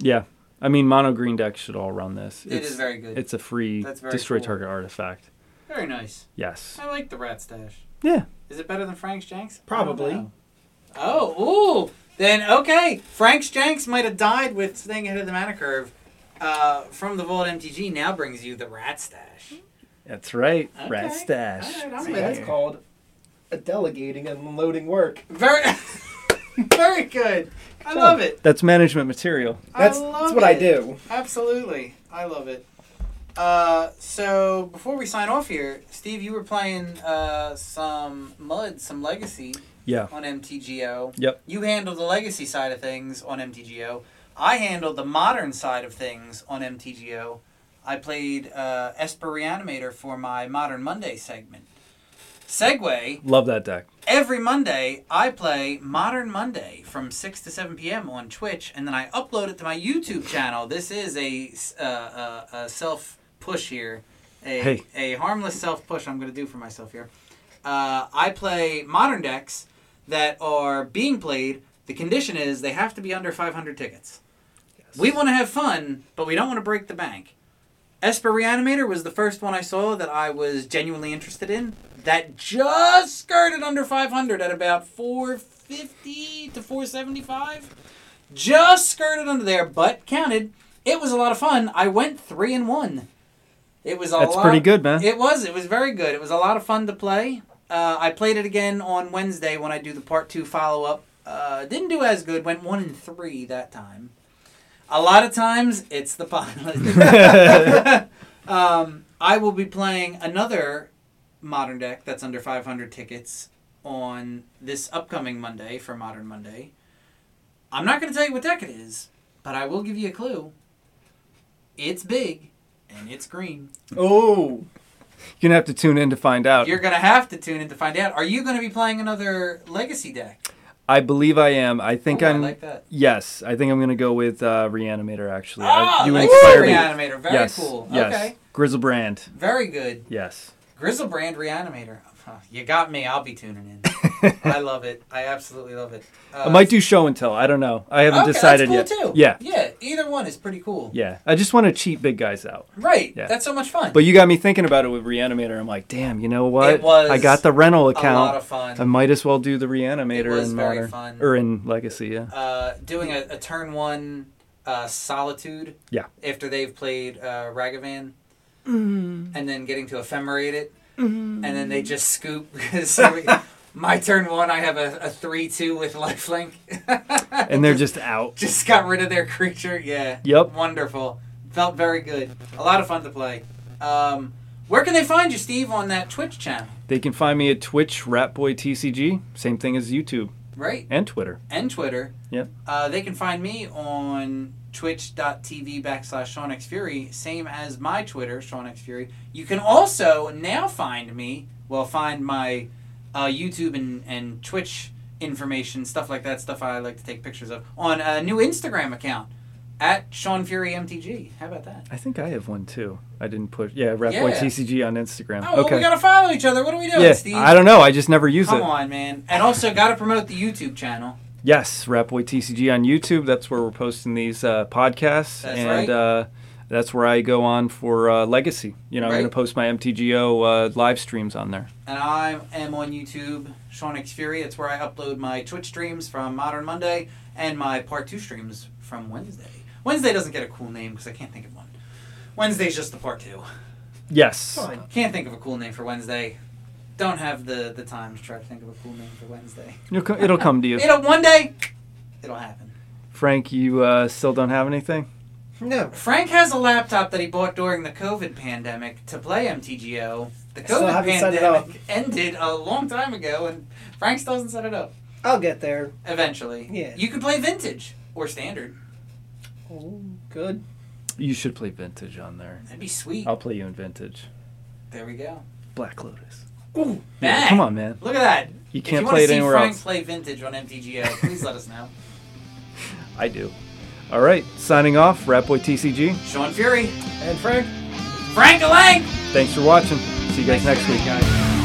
S2: yeah. I mean, mono green decks should all run this.
S1: It is very good.
S2: It's a free
S1: That's very
S2: destroy
S1: cool.
S2: target artifact.
S1: Very nice.
S2: Yes.
S1: I like the rat stash.
S2: Yeah.
S1: Is it better than Frank's Janks? I don't
S3: Probably.
S1: know. Oh, ooh. Then okay, Frank's Janks might have died with staying ahead of the mana curve. Uh, from the Vault MTG now brings you the rat stash.
S2: That's right.
S1: Okay.
S2: Rat stash.
S1: All right, I'm
S3: See,
S1: with
S3: that's
S1: it.
S3: called a delegating and unloading work.
S1: Very, <laughs> very good. I
S2: Good
S1: love
S2: job.
S1: it.
S2: That's management material.
S3: That's
S1: I love
S3: that's what I
S1: it.
S3: do.
S1: Absolutely, I love it. Uh, so before we sign off here, Steve, you were playing uh, some Mud, some Legacy.
S2: Yeah.
S1: On MTGO.
S2: Yep.
S1: You handled the Legacy side of things on MTGO. I handled the Modern side of things on MTGO. I played uh, Esper Reanimator for my Modern Monday segment. Segway.
S2: Love that deck.
S1: Every Monday, I play Modern Monday from 6 to 7 p.m. on Twitch, and then I upload it to my YouTube channel. This is a, uh, uh, a self push here, a,
S2: Hey.
S1: a harmless self push I'm going to do for myself here. Uh, I play modern decks that are being played. The condition is they have to be under 500 tickets. We want to have fun, but we don't want to break the bank. Esper Reanimator was the first one I saw that I was genuinely interested in. That just skirted under 500 at about 450 to 475. Just skirted under there, but counted. It was a lot of fun. I went three and one. It was a
S2: That's
S1: lot-
S2: pretty good, man.
S1: It was. It was very good. It was a lot of fun to play. Uh, I played it again on Wednesday when I do the part two follow up. Uh, didn't do as good. Went one and three that time. A lot of times it's the
S2: <laughs>
S1: pilot. um, I will be playing another modern deck that's under 500 tickets on this upcoming Monday for Modern Monday. I'm not going to tell you what deck it is, but I will give you a clue. It's big and it's green.
S3: Oh,
S2: <laughs> You're going to have to tune in to find out.
S1: You're going to have to tune in to find out. Are you going to be playing another Legacy deck?
S2: I believe I am. I think
S1: Oh, I
S2: I'm.
S1: like that.
S2: Yes. I think I'm going to go with uh, Reanimator, actually.
S1: Ah,
S2: I, you
S1: Legacy
S2: inspired me.
S1: Reanimator. Very
S2: yes.
S1: cool.
S2: Yes.
S1: Okay.
S2: Grizzlebrand.
S1: Very good.
S2: Yes.
S1: Grizzlebrand Reanimator. Huh, You got me. I'll be tuning
S2: <laughs>
S1: in. I love it. I absolutely love it. Uh,
S2: I might do show and tell. I don't know. I haven't
S1: okay,
S2: decided
S1: that's cool
S2: yet.
S1: Too.
S2: Yeah.
S1: Yeah. Either one is pretty cool.
S2: Yeah. I just want to cheat big guys out.
S1: Right.
S2: Yeah.
S1: That's so much fun.
S2: But you got me thinking about it with Reanimator. I'm like, damn, you know what?
S1: It was
S2: I got the rental account.
S1: a lot of fun.
S2: I might as well do the Reanimator
S1: It was
S2: in
S1: very
S2: modern
S1: fun.
S2: or in Legacy. Yeah,
S1: uh, doing a, a turn one uh, solitude.
S2: Yeah.
S1: <laughs> After they've played uh, Ragavan, and then getting to ephemerate it, and then they just scoop. <laughs> so we- my turn one, I have a, a three two with lifelink. <laughs>
S2: and they're just out.
S1: just got rid of their creature. Yeah.
S2: Yep.
S1: Wonderful. Felt very good. A lot of fun to play. Um, where can they find you, Steve, on that Twitch channel?
S2: They can find me at Twitch Ratboy TCG. Same thing as YouTube
S1: Right.
S2: and Twitter.
S1: and Twitter.
S2: Yep.
S1: Uh, they can find me on twitch.tv backslash Sean X Fury, same as my Twitter, Sean X Fury. You can also now find me, well, find my uh, YouTube and, and Twitch information, stuff like that, stuff I like to take pictures of, on a new Instagram account at Sean Fury MTG. How about that?
S2: I think I have one too. I didn't put yeah Ratboy
S1: Yeah.
S2: TCG on Instagram.
S1: Oh, well,
S2: okay.
S1: we gotta follow each other. What are we doing,
S2: yeah,
S1: Steve?
S2: I don't know. I just never use
S1: Come
S2: it.
S1: on, man. And also, gotta promote the YouTube channel.
S2: Yes, Ratboy TCG on YouTube. That's where we're posting these uh, podcasts,
S1: That's
S2: and
S1: right.
S2: uh, that's where I go on for uh, Legacy. You know, I'm
S1: Right.
S2: going to post my MTGO uh, live streams on there.
S1: and I am on YouTube, Sean X Fury. That's where I upload my Twitch streams from Modern Monday and my Part Two streams from Wednesday. Wednesday doesn't get a cool name because I can't think of one. Wednesday's just the Part Two.
S2: Yes.
S3: fine.
S1: Can't think of a cool name for Wednesday. don't have the the time to try to think of a cool name for Wednesday.
S2: It'll, co- it'll come
S1: <laughs>
S2: to you.
S1: It'll one day, it'll happen.
S2: Frank, you uh, still don't have anything?
S3: No.
S1: Frank has a laptop that he bought during the COVID pandemic to play MTGO. The
S3: Still
S1: COVID
S3: haven't set it
S1: pandemic ended a long time ago, and Frank still hasn't set it up.
S3: I'll get there.
S1: Eventually,
S3: Yeah.
S1: you can play vintage or standard.
S3: Oh, good.
S2: You should play Vintage on there.
S1: That'd be sweet.
S2: I'll play you in Vintage.
S1: There we go.
S2: Black Lotus.
S3: Ooh.
S2: Yeah,
S1: Bang.
S2: come on, man.
S1: Look at that.
S2: You
S1: if you
S2: can't
S1: want
S2: play
S1: to
S2: it
S1: see
S2: anywhere
S1: Frank
S2: else.
S1: play vintage on MTGO, please let us know.
S2: I do. All right, signing off, Ratboy TCG.
S1: Sean Fury,
S3: And Frank.
S1: Frank Lang.
S2: Thanks for watching. See you guys next week.
S1: guys.